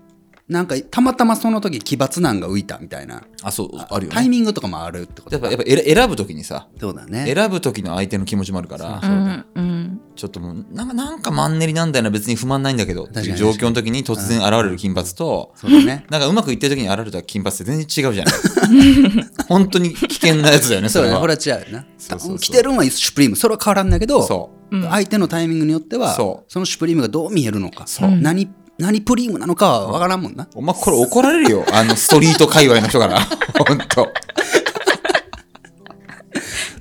Speaker 1: なんかたまたまその時奇抜なんが浮いたみたいな
Speaker 2: あ、そう、あるよ
Speaker 1: タイ
Speaker 2: ね。
Speaker 1: ミングとかもあるってこと
Speaker 2: やっぱ、やっぱ選選ぶときにさ、
Speaker 1: そうだね
Speaker 2: 選ぶときの相手の気持ちもあるから
Speaker 3: う、んうん
Speaker 2: ちょっともうなんかなんかマンネリなんだよな別に不満ないんだけどって
Speaker 1: 確
Speaker 2: い
Speaker 1: か
Speaker 2: う
Speaker 1: に
Speaker 2: 状況の時に突然現れる金髪と
Speaker 1: そうだね
Speaker 2: なんかうまくいってる時に現れた金髪って全然違うじゃ ない本当に危険なやつだ よね
Speaker 1: そ
Speaker 2: そうれ
Speaker 1: だね
Speaker 2: は
Speaker 1: これは違うよな
Speaker 2: そうそうそう
Speaker 1: 着てるのはシュプリームそれは変わらんだけど
Speaker 2: そう
Speaker 3: うん
Speaker 1: 相手のタイミングによっては
Speaker 2: そ
Speaker 1: そのシュプリームがどう見えるのか
Speaker 2: そう
Speaker 1: 何何プリームなのかは分からんもんな
Speaker 2: お前これ怒られるよあのストリート界隈の人から 本当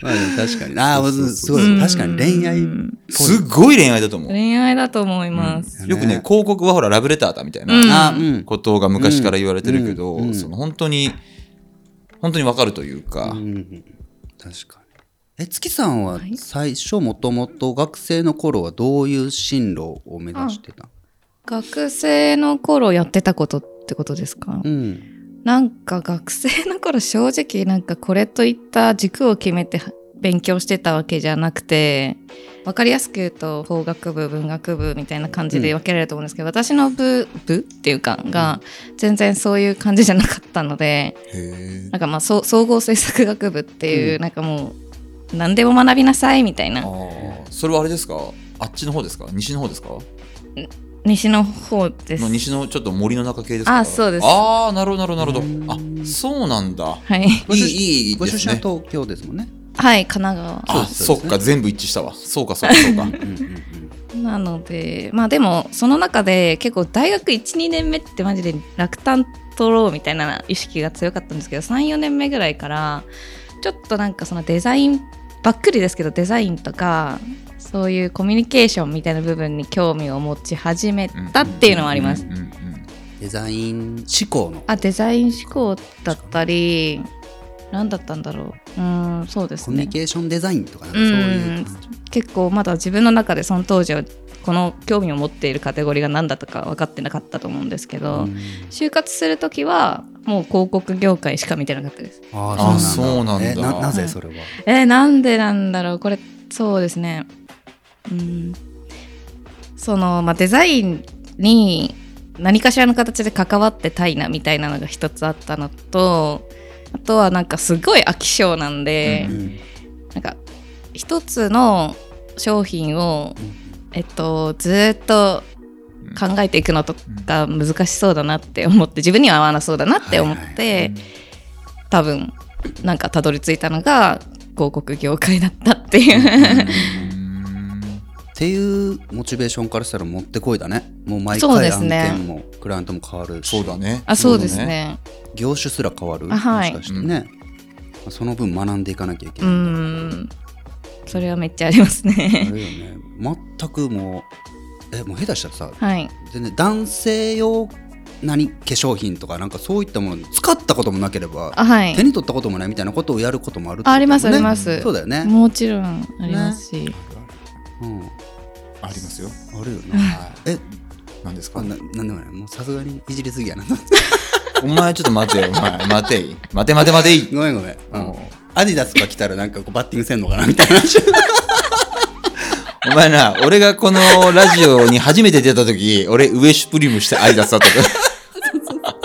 Speaker 1: まあでも確かにああ
Speaker 2: そうそう
Speaker 1: す
Speaker 2: そう
Speaker 1: ご
Speaker 3: うん
Speaker 1: い確かに恋愛
Speaker 3: うん
Speaker 2: すっごい恋愛だと思う、
Speaker 3: 恋愛だと思います、
Speaker 2: よくね広告はほらラブレターだみたい
Speaker 3: うん
Speaker 1: あ
Speaker 2: な
Speaker 1: あうん
Speaker 2: ことが昔から言われてるけど、
Speaker 1: うんうんうん
Speaker 2: その本当に本当にわかるというか、
Speaker 1: うん、確かえ月さんは
Speaker 3: はい
Speaker 1: 最初もともと学生の頃はどういう進路を目指してた
Speaker 3: 学生の頃やってたことってことですか、
Speaker 1: うん
Speaker 3: なんか学生の頃正直なんかこれといった軸を決めて勉強してたわけじゃなくて分かりやすく言うと法学部文学部みたいな感じで分けられると思うんですけど、私の部部っていうかが全然そういう感じじゃなかったので
Speaker 2: へ
Speaker 3: なんかまあそう総合政策学部っていう、
Speaker 1: うん
Speaker 3: なんかもう何でも学びなさいみたいな
Speaker 2: えそれはあれですかあっちの方ですか西の方ですか
Speaker 3: 西の方です
Speaker 2: の。西のちょっと森の中系ですか
Speaker 3: あそうです
Speaker 2: ああなるほどなるほどなるほ
Speaker 1: うん
Speaker 2: どあそうなんだ
Speaker 3: はい、
Speaker 1: ご
Speaker 2: いい
Speaker 1: 出
Speaker 2: いい
Speaker 1: ご
Speaker 2: で
Speaker 1: 出
Speaker 2: す
Speaker 1: 身は
Speaker 2: ね
Speaker 1: 東京ですもんね
Speaker 3: はい、神奈川
Speaker 2: あ
Speaker 1: そう
Speaker 2: そ
Speaker 1: です
Speaker 2: っ
Speaker 1: ね
Speaker 2: か全部一致したわそうかそうかそうか
Speaker 1: うんうんうん
Speaker 3: なのでまあでもその中で結構大学12年目ってマジで落胆取ろうみたいな意識が強かったんですけど34年目ぐらいからちょっとなんかそのデザインばっくりですけどデザインとかそういうコミュニケーションみたいな部分に興味を持ち始めたっていうのもあります。
Speaker 2: うんうんうん
Speaker 1: デザイン志向の
Speaker 3: あデザイン思考だったり何だったんだろううーんそうです
Speaker 1: コミュ
Speaker 3: ね
Speaker 1: ニケーションデザインとかなんかそういう感じ
Speaker 3: 結構まだ自分の中でその当時はこの興味を持っているカテゴリーが何だとか分かってなかったと思うんですけど、
Speaker 1: うん
Speaker 3: 就活する時はもう広告業界しか見てなかったです
Speaker 1: あー
Speaker 2: あ
Speaker 1: そうなんだ
Speaker 2: そうなんだ
Speaker 1: えななぜそれは
Speaker 3: えーなんでなんだろうこれそうですねうんその、まあ、デザインに何かしらの形で関わってたいなみたいなのが一つあったのとあとはなんかすごい飽き性なんで、
Speaker 2: う
Speaker 1: うん
Speaker 3: なんか一つの商品をえっと、ずーっと考えていくのとか難しそうだなって思って自分には合わなそうだなって思って、多分なんかたどり着いたのが広告業界だったっていう
Speaker 1: っていうモチベーションからしたらもってこいだねもう毎
Speaker 3: そう
Speaker 1: 回
Speaker 3: です
Speaker 1: 案
Speaker 3: ね
Speaker 1: 件もクライアントも変わるし
Speaker 2: そうだね
Speaker 3: あそうですね
Speaker 1: 業種すら変わるも
Speaker 3: あ
Speaker 1: し
Speaker 3: はい
Speaker 1: かしてね、その分学んでいかなきゃいけ
Speaker 3: う
Speaker 1: ない、
Speaker 3: んそれはめっちゃあります
Speaker 1: あ
Speaker 3: ね
Speaker 1: れよね全くもうえもう下手したらさ
Speaker 3: はい
Speaker 1: 全然男性用何化粧品とかなんかそういったもの使ったこともなければ、
Speaker 3: あはい
Speaker 1: 手に取ったこともないみたいなことをやることもあるってこと
Speaker 3: ありますあ
Speaker 1: だよ
Speaker 3: り
Speaker 1: ね
Speaker 3: ます、
Speaker 1: そうだよね、
Speaker 3: もちろんありますし、
Speaker 1: うん、
Speaker 2: ありますよ
Speaker 1: あるよね
Speaker 2: はい
Speaker 1: え
Speaker 2: 何ですか
Speaker 1: あななんでもないもうさすがにいじりすぎやな
Speaker 2: お前ちょっと待てよお前待てい待て待て待てい
Speaker 1: ごめんごめん、うん
Speaker 2: お
Speaker 1: アディダスが来たらなんかこうバッティングせんのかなみたいな
Speaker 2: お前な、俺がこのラジオに初めて出た時、俺、ウエシュプリムしてアイダスだったから。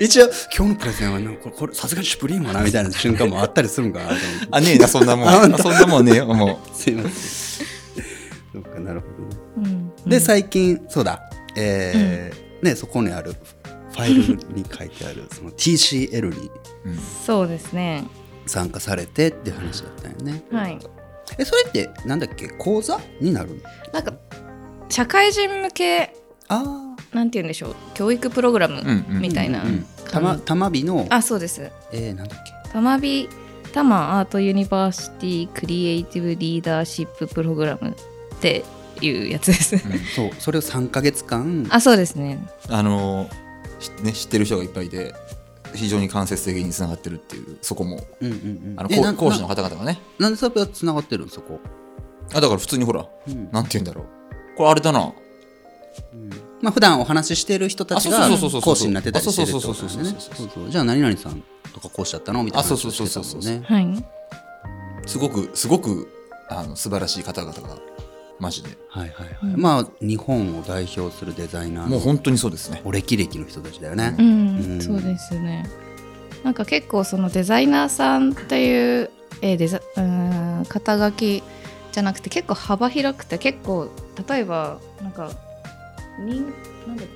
Speaker 1: 一応今日のプレゼンはなんかこれこれさすがにシュプリームはなみたいな瞬間もあったりするんかなと思って
Speaker 2: あ、ねえな、そんなもん。あそんなもんねえよ、も
Speaker 1: すいません。 そうかなるほどね。
Speaker 3: うん
Speaker 1: で最近そうだ、えーねそこにあるファイルに書いてあるその TCL に
Speaker 2: う。うん
Speaker 3: そうですね
Speaker 1: 参加されてっていう話だったよね。
Speaker 3: はい
Speaker 1: えそれってなんだっけ講座になるの？
Speaker 3: なんか社会人向け
Speaker 1: ああ。
Speaker 3: なんて言うんでしょう教育プログラム
Speaker 2: うんうん
Speaker 3: みたいな
Speaker 1: うんうんたまたまびの
Speaker 3: あそうです
Speaker 1: えー、なんだっけ
Speaker 3: たまびたまアートユニバーシティクリエイティブリーダーシッププログラムっていうやつです、
Speaker 1: そうそれを3か月間
Speaker 3: あそうですね
Speaker 2: あのしね、知ってる人がいっぱいいて、非常に間接的につながってるっていう、そこも。
Speaker 1: うんうんうん
Speaker 2: あの、
Speaker 1: え
Speaker 2: こ
Speaker 1: な
Speaker 2: う講師の
Speaker 1: な
Speaker 2: 方々がね。
Speaker 1: なんでそれはつながってるのそこ、
Speaker 2: あ、だから普通にほら、
Speaker 1: うん
Speaker 2: なんて言うんだろう。これあれだな。
Speaker 1: うんまあ普段お話ししている人たちが
Speaker 2: あそうそうそうそうそう
Speaker 1: 講師になってたりしてるってこと
Speaker 2: あそう
Speaker 1: だ
Speaker 2: そ
Speaker 1: よ
Speaker 2: うそう
Speaker 1: ね
Speaker 2: そうそう
Speaker 1: そうそうじゃあ何々さんとか講師だったのみたいな話を
Speaker 2: あそうそう
Speaker 1: してた
Speaker 2: そう
Speaker 1: も
Speaker 2: そ
Speaker 1: ん
Speaker 2: う
Speaker 1: ね
Speaker 3: はい
Speaker 2: すごく、すごく、あの、素晴らしい方々が、マジで。
Speaker 1: はいはいはいまあ日本を代表するデザイナー
Speaker 2: もう
Speaker 1: の
Speaker 2: 本当にそうですね。
Speaker 1: お歴歴の人たちだよね
Speaker 3: う、ん、
Speaker 1: うん
Speaker 3: そうですねなんか結構そのデザイナーさんっていう、えーデザうーん肩書きじゃなくて結構幅広くて結構例えばなんか人なんだっ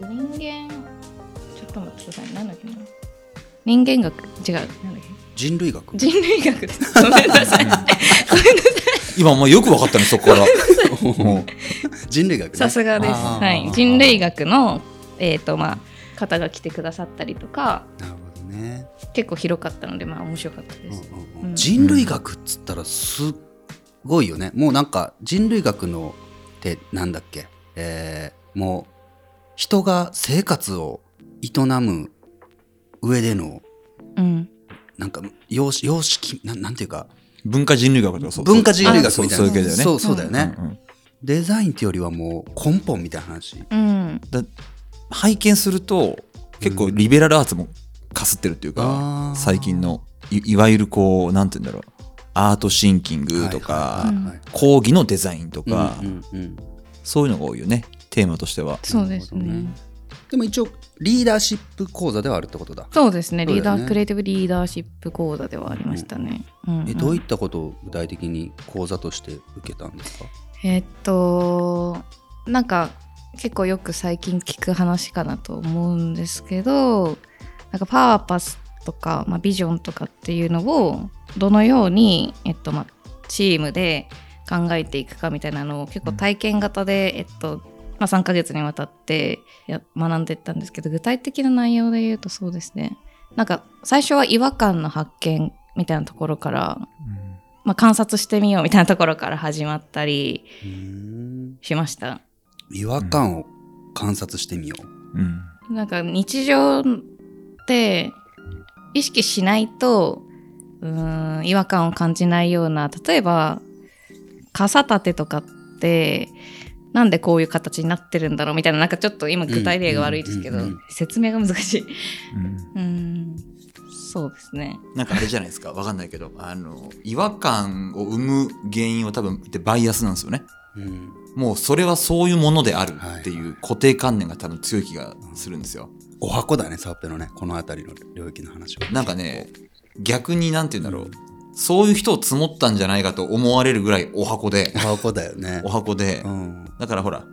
Speaker 3: けな人間ちょっと待ってくださいなんだっけな人間学違うなんだっ
Speaker 1: 人類学
Speaker 3: け人類学 ですごめん なさいごめんなさい
Speaker 2: 今、お前よく分かったね、そこから。もう
Speaker 1: 人類学、ね、
Speaker 3: さすがです、
Speaker 2: あー
Speaker 3: はい、人類学の、えーとまあ、方が来てくださったりとか
Speaker 1: なるほどね、
Speaker 3: 結構広かったので、まあ、面白かったです、
Speaker 1: うんうんう、
Speaker 3: うんん
Speaker 1: 人類学っつったらすっごいよねもうなんか人類学のってなんだっけえー、もう人が生活を営む上での
Speaker 3: うん
Speaker 1: なんか様式様式なんなんていうか
Speaker 2: 文化人類学とかそう
Speaker 1: 文化人類学
Speaker 2: そう
Speaker 1: みたいな
Speaker 2: そういう系だよね
Speaker 1: そうそうだよね、
Speaker 2: うんうん
Speaker 1: デザインっていうよりはもう根本みたいな話
Speaker 3: うん
Speaker 2: 拝見すると結構リベラルアーツもかすってるっていう
Speaker 1: あ
Speaker 2: か
Speaker 1: ー
Speaker 2: 最近のいいわゆるこうなんて言うんだろうアートシンキング
Speaker 1: は
Speaker 2: と
Speaker 1: い
Speaker 2: か
Speaker 1: はいはい
Speaker 2: 講義のデザインとか
Speaker 1: うんうんうん
Speaker 2: そういうのが多いよねテーマとしては。
Speaker 3: そうですね
Speaker 1: でも一応リーダーシップ講座ではあるってことだ
Speaker 3: そうですね
Speaker 1: そう
Speaker 3: リー
Speaker 1: だよ
Speaker 3: ダ
Speaker 1: ね
Speaker 3: ークリエイティブリーダーシップ講座ではありましたね、うんうん
Speaker 1: えどういったことを具体的に講座として受けたんですか
Speaker 3: えっとなんか結構よく最近聞く話かなと思うんですけどなんかパーパスとか、まあ、ビジョンとかっていうのをどのように、えっとまあ、チームで考えていくかみたいなのを結構体験型で、えっとまあ、3ヶ月にわたってや学んでったんですけど具体的な内容で言うとそうですねなんか最初は違和感の発見みたいなところから、まあ、観察してみようみたいなところから始まったりしました
Speaker 1: 違和感を観察してみよ
Speaker 2: うん
Speaker 3: なんか日常って意識しないとうーん違和感を感じないような例えば傘立てとかってなんでこういう形になってるんだろうみたいななんかちょっと今具体例が悪いですけど、
Speaker 1: うんうんうんうん
Speaker 3: 説明が難しい
Speaker 2: うん
Speaker 3: うーんそうですね
Speaker 2: なんかあれじゃないですかわかんないけどあの違和感を生む原因は多分でバイアスなんですよね。
Speaker 1: う、うん
Speaker 2: もうそれはそういうものであるっていう固定観念が多分強い気がするんですよ。
Speaker 1: お箱だねサーペのねこの辺りの領域の話は
Speaker 2: なんかね逆になんて言うんだろうそういう人を積もったんじゃないかと思われるぐらいお箱 で
Speaker 1: お箱だよね
Speaker 2: お箱で
Speaker 1: うん
Speaker 2: だからほら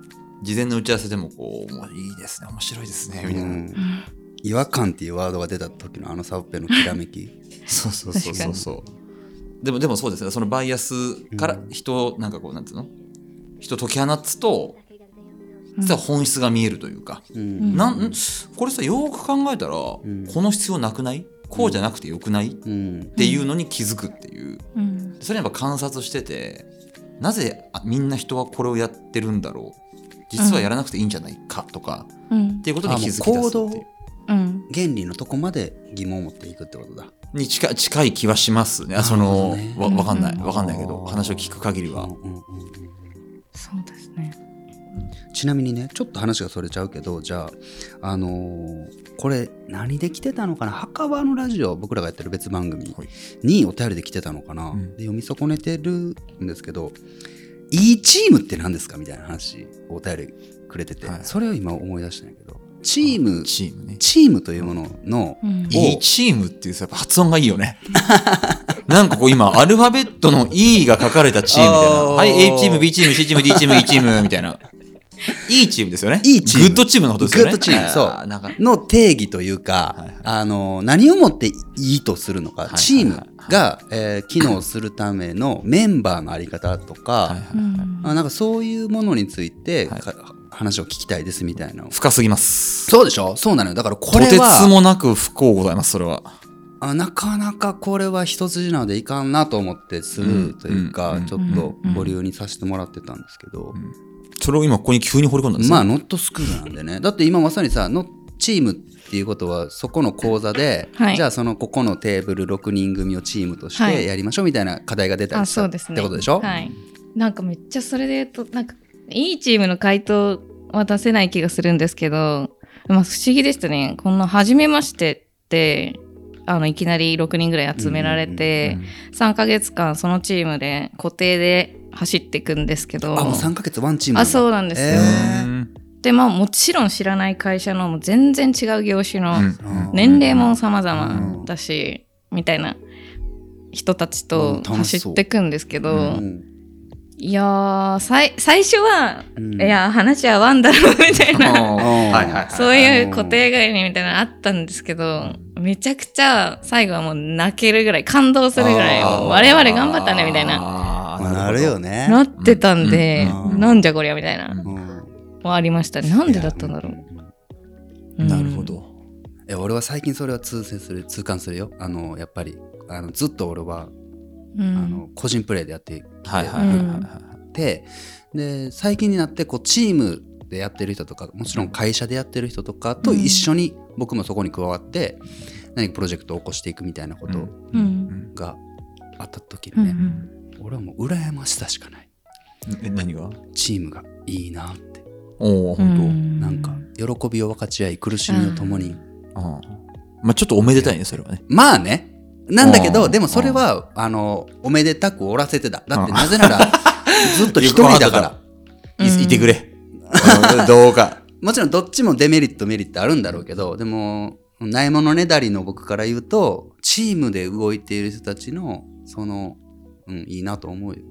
Speaker 2: 事前の打ち合わせでもこうもういいですね面白いですねみたいな、
Speaker 1: うん違和感っていうワードが出た時のあのサッペのきらめき
Speaker 2: そうそうそうそうそうでもでもそうですねそのバイアスから人をなんかこうなんていうの人を解き放つと実は本質が見えるというか、
Speaker 1: うん
Speaker 2: なんんこれさよーく考えたら、
Speaker 1: ん
Speaker 2: この必要なくないこうじゃなくてよくない、っ
Speaker 1: うん
Speaker 2: ていうのに気づくっていう
Speaker 3: うん
Speaker 2: それやっぱ観察しててなぜあみんな人はこれをやってるんだろう実はやらなくていいんじゃないかとか、
Speaker 3: うん
Speaker 2: っていうこと
Speaker 1: あ
Speaker 2: に
Speaker 1: もう
Speaker 2: 気づき出すって
Speaker 1: 行
Speaker 2: いう
Speaker 1: 動
Speaker 3: うん
Speaker 1: 原理のとこまで疑問を持っていくってことだ
Speaker 2: に近い近い気はしますねあそ
Speaker 1: なるほ
Speaker 2: の
Speaker 1: どね
Speaker 2: わわかんない
Speaker 3: うん
Speaker 2: わかんないけ
Speaker 1: あ
Speaker 2: ど
Speaker 1: ー
Speaker 2: 話を聞く限りは、
Speaker 1: うんうんうん
Speaker 3: そうですね
Speaker 1: ちなみにねちょっと話がそれちゃうけどじゃあ、あのーこれ何で来てたのかな墓場のラジオ僕らがやってる別番組
Speaker 2: はい
Speaker 1: にお便りで来てたのかな、
Speaker 2: うん
Speaker 1: で読み損ねてるんですけど「いいチームって何ですか?」みたいな話お便りくれてて、
Speaker 2: はい
Speaker 1: それを今思い出したんやけどチーム
Speaker 2: チームね
Speaker 1: チームというものの、
Speaker 3: う
Speaker 1: お
Speaker 3: ん
Speaker 2: いいチームっていうさやっぱ発音がいいよね なんかこう今アルファベットの E が書かれたチームみたいな
Speaker 1: あー
Speaker 2: はい A チーム B チーム C チーム D チーム E チーム みたいないいチームですよね
Speaker 1: いいチーム
Speaker 2: グッドチームのことですよね
Speaker 1: グッドチームそう
Speaker 2: あなんか
Speaker 1: の定義というか、
Speaker 2: はいはい
Speaker 1: あの何をもっていいとするのか、
Speaker 2: いはいはい
Speaker 1: チームが、えー機能するためのメンバーのあり方とか、
Speaker 2: はいはい
Speaker 3: うん
Speaker 1: あなんかそういうものについて、
Speaker 2: はい
Speaker 1: か話を聞きたいですみたいな
Speaker 2: 深すぎます
Speaker 1: そうでしょそうなのよだからことれ
Speaker 2: てつ
Speaker 1: は
Speaker 2: もなく不幸ございますそれは
Speaker 1: あなかなかこれは一筋縄でいかんなと思ってスルーというか、
Speaker 2: うん
Speaker 1: ちょっと
Speaker 3: うん
Speaker 1: 保留にさせてもらってたんですけど、
Speaker 2: それを今ここに急に掘り込んだんですよ
Speaker 1: まあノットスクールなんでねだって今まさにさのチームっていうことはそこの講座で、
Speaker 3: はい
Speaker 1: じゃあそのここのテーブル6人組をチームとし
Speaker 3: は
Speaker 1: て
Speaker 3: い
Speaker 1: やりましょうみたいな課題が出たり
Speaker 3: あ
Speaker 1: した
Speaker 3: そう
Speaker 1: っ
Speaker 3: ですね
Speaker 1: てことでしょ、
Speaker 3: はい、なんかめっちゃそれで言うとなんかいいチームの回答は出せない気がするんですけど、まあ、不思議でしたねこの「初めまして」ってあのいきなり6人ぐらい集められて、3ヶ月間そのチームで固定で走っていくんですけど
Speaker 1: あもう3ヶ月ワンチーム
Speaker 3: あそううなんですよ。
Speaker 1: えー
Speaker 3: でまあもちろん知らない会社のもう全然違う業種の、
Speaker 1: ん
Speaker 3: 年齢も様々だし、みたいな人たち
Speaker 1: うん
Speaker 3: と
Speaker 1: 楽し
Speaker 3: 走
Speaker 1: そう
Speaker 3: ってくんですけど、
Speaker 1: うん
Speaker 3: いやーさい最初は、
Speaker 1: うん
Speaker 3: いやー話はワンダろうみた いな
Speaker 1: ー
Speaker 2: はいはいはい
Speaker 3: そういう固定概念みたいなのあったんですけどめちゃくちゃ最後はもう泣けるぐらい感動するぐらい
Speaker 1: あー
Speaker 3: 我々頑張ったねみたいな
Speaker 2: な
Speaker 1: まあなるよね
Speaker 3: なってたんで、
Speaker 1: うんうん
Speaker 3: なんじゃこりゃみたいな、
Speaker 2: うん
Speaker 1: うん
Speaker 3: はありましたねなんでだったんだろ
Speaker 1: いうや。ん
Speaker 3: うん
Speaker 2: なるほど。
Speaker 1: え俺は最近それは通せする痛感するよあのやっぱりあのずっと俺は、
Speaker 3: う
Speaker 1: あ
Speaker 3: ん
Speaker 1: の個人プレーでやって
Speaker 2: はいはいはいはいはい。
Speaker 1: てで最近になってこうチームでやってる人とかもちろん会社でやってる人とかと一緒に僕もそこに加わって、何かプロジェクトを起こしていくみたいなこと
Speaker 3: う
Speaker 2: うんん
Speaker 1: があった時
Speaker 3: う
Speaker 1: に
Speaker 3: ん
Speaker 1: ね、
Speaker 3: うん
Speaker 1: 俺はもう羨ましさしかない
Speaker 2: え何が
Speaker 1: チームがいいなって
Speaker 2: おお
Speaker 3: う
Speaker 2: 本当、
Speaker 3: ん
Speaker 1: なんか喜びを分かち合い苦しみを共に、
Speaker 2: ああまあちょっとおめでたいねそれはね
Speaker 1: まあねなんだけ
Speaker 2: う
Speaker 1: ど
Speaker 2: ん
Speaker 1: でもそれはあのおめでたくおらせてだだってなぜな らずっと一
Speaker 2: よくわ
Speaker 1: 人
Speaker 2: かっ
Speaker 1: だ
Speaker 2: た
Speaker 1: から
Speaker 2: い
Speaker 3: うん
Speaker 2: いてくれ、うん どうか
Speaker 1: もちろんどっちもデメリットメリットあるんだろうけどでもないものねだりの僕から言うとチームで動いている人たちのその、うん、いいなと思うよ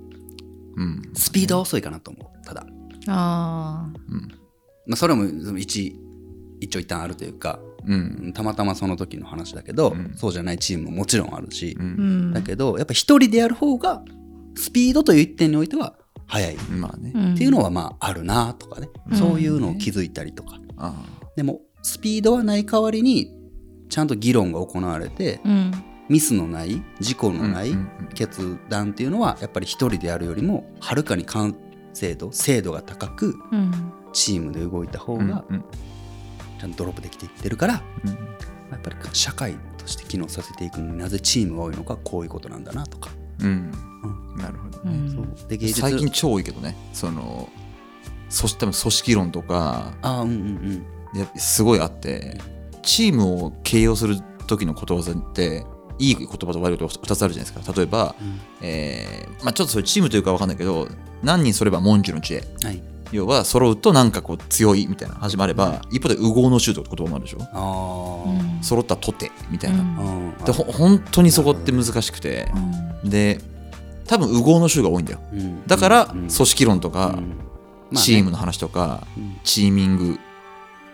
Speaker 2: うん
Speaker 1: スピードは遅いかなと思うただ、
Speaker 3: あ
Speaker 1: まあ、それもその一一長一短あるというか
Speaker 2: うん
Speaker 1: たまたまその時の話だけど、
Speaker 2: うん
Speaker 1: そうじゃないチームももちろんあるし
Speaker 2: う、、
Speaker 3: ーうんん
Speaker 1: だけどやっぱ一人でやる方がスピードという一点においては速いっ
Speaker 2: まあね、
Speaker 3: って
Speaker 1: いうのはまああるなとかね、
Speaker 3: うん
Speaker 1: そういうのを気づいたりとか
Speaker 2: あ
Speaker 1: でもスピードはない代わりにちゃんと議論が行われて
Speaker 3: うん
Speaker 1: ミスのない事故
Speaker 2: あ
Speaker 1: のない
Speaker 2: うんうん
Speaker 1: 決断っていうのはやっぱり一人でやるよりもはるかに完成度精度が高く
Speaker 3: うん
Speaker 1: チームで動いた方
Speaker 2: うん
Speaker 1: が
Speaker 2: うん
Speaker 1: ちゃんとドロップできていってるから
Speaker 2: うん
Speaker 1: やっぱり社会として機能させていくのになぜチームが多いのかこういうことなんだなとか、
Speaker 2: うんなるほど
Speaker 3: う
Speaker 2: ね、
Speaker 3: ん
Speaker 1: そうで芸術
Speaker 2: 最近超多いけどねそのそし多分組織論とか
Speaker 1: あーうんうんうん
Speaker 2: やっぱすごいあってチームを形容する時のことわざっていい言葉と悪い言葉2つあるじゃないですか例えば、
Speaker 1: うん
Speaker 2: えーまあ、ちょっとそれチームというか分かんないけど何人それば文殊の知恵
Speaker 1: はい
Speaker 2: 要は揃うとなんかこう強いみたいな始まれば一方で右往の衆とかって言葉もあるでしょ
Speaker 1: あー
Speaker 3: う
Speaker 2: 揃ったとてみたいな、
Speaker 1: あ
Speaker 3: ん
Speaker 1: ー
Speaker 2: でほ本当にそこって難しくてで多分右往の衆が多いんだよ
Speaker 1: うん
Speaker 2: だから
Speaker 1: うん
Speaker 2: 組織論とか
Speaker 1: うん
Speaker 2: チーム
Speaker 1: ま
Speaker 2: の話とか
Speaker 1: あね
Speaker 2: チーミング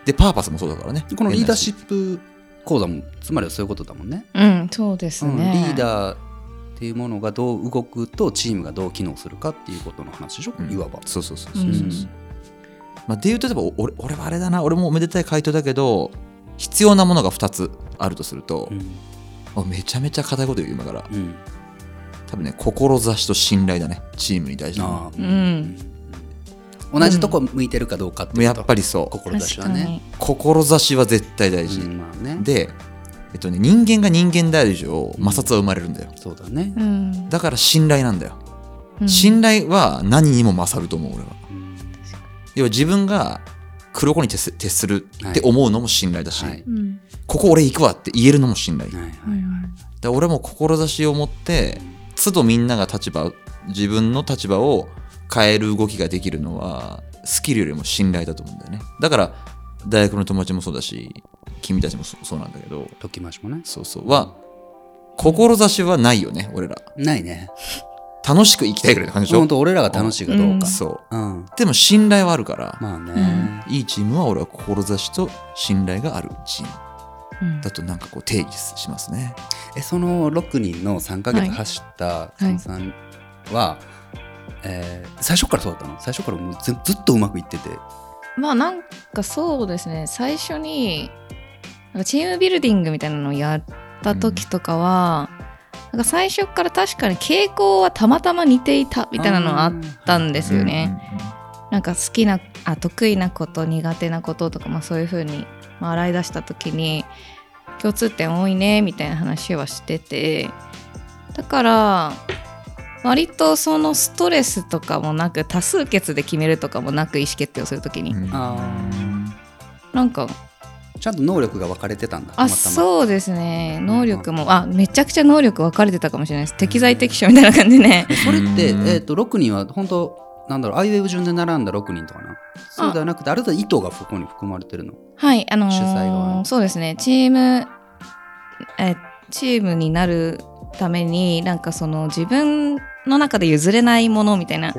Speaker 2: でパーパスもそうだからね
Speaker 1: うんこのリーダーシ
Speaker 2: ッ
Speaker 1: ップ講座もつまりはそういうことだもんね
Speaker 3: うんそうです
Speaker 1: うん
Speaker 3: ね
Speaker 1: リーダーっていうものがどう動くとチームがどう機能するかっていうことの話でしょ、いわば
Speaker 2: そうそうそう
Speaker 3: う
Speaker 2: そう、
Speaker 3: ん
Speaker 2: まあ、で言うと例えばお俺俺はあれだな俺もおめでたい回答だけど必要なものが2つあるとすると、
Speaker 1: うん
Speaker 2: あめちゃめちゃ硬いこと言う今から
Speaker 1: うん
Speaker 2: 多分ね志と信頼だねチームに対して
Speaker 1: あ
Speaker 2: も
Speaker 1: ー
Speaker 3: うん
Speaker 1: うん同じとこ向いてるかどうかっていう
Speaker 2: や
Speaker 1: こと
Speaker 2: っぱりそう
Speaker 1: 志はね
Speaker 2: 志は絶対大事、
Speaker 1: うんまあね
Speaker 2: で、えっとね、人間が人間である以上摩擦は生まれるんだよ
Speaker 1: そうだね
Speaker 3: 確かにうん
Speaker 2: だから信頼なんだよ、
Speaker 3: うん
Speaker 2: 信頼は何にも勝ると思う俺は
Speaker 1: うん
Speaker 2: 要は自分が黒子に徹す徹するって思うのも信頼だし、
Speaker 1: はい
Speaker 3: うん
Speaker 2: ここ俺行くわって言えるのも信頼、
Speaker 1: はいはい
Speaker 3: はいはい
Speaker 2: だから俺も志を持って都度みんなが立場自分の立場を変える動きができるのはスキルよりも信頼だと思うんだよねだから大学の友達もそうだし君たちもそそうなんだけど
Speaker 1: ときましもね
Speaker 2: そうそうは志はないよね俺ら
Speaker 1: ないね
Speaker 2: 楽しく生きたいぐらいの感じでしょ
Speaker 1: 本当俺らが楽しいかどうか
Speaker 2: そう
Speaker 1: うん
Speaker 2: でも信頼はあるから、
Speaker 1: まあね
Speaker 2: いいチームは俺は志と信頼があるチーム
Speaker 3: うん
Speaker 2: だとなんかこう定義しますね
Speaker 1: えその6人の3ヶ
Speaker 3: は
Speaker 1: 月
Speaker 3: い
Speaker 1: 走った佐野さんは、えー最初からそうだったの最初からもうずずっとうまくいってて
Speaker 3: まあなんかそうですね最初になんかチームビルディングみたいなのをやった時とかは、なんか最初から確かに傾向はたまたま似ていたみたいなのはあったんですよね。なんか好きなあ得意なこと苦手なこととか、まあ、そういうふうに、まあ洗い出した時に共通点多いねみたいな話はしててだから割とそのストレスとかもなく多数決で決めるとかもなく意思決定をする時に、
Speaker 2: うん
Speaker 1: あ
Speaker 3: なんか
Speaker 1: ちゃんと能力が分かれてたんだ
Speaker 3: あ
Speaker 1: う
Speaker 3: そうですね能力もあめちゃくちゃ能力分かれてたかもしれないです適材適所みたいな感じね
Speaker 1: それって、
Speaker 2: うん
Speaker 1: えー、と6人は本当なんだろうアイウェブ順で並んだ6人とかなそうではなくてある程度意図がここに含まれてるの
Speaker 3: はい、あのー
Speaker 1: 主催側の
Speaker 3: そうですね、チーム、え、チームになるために、なんかその自分の中で譲れないものみたいな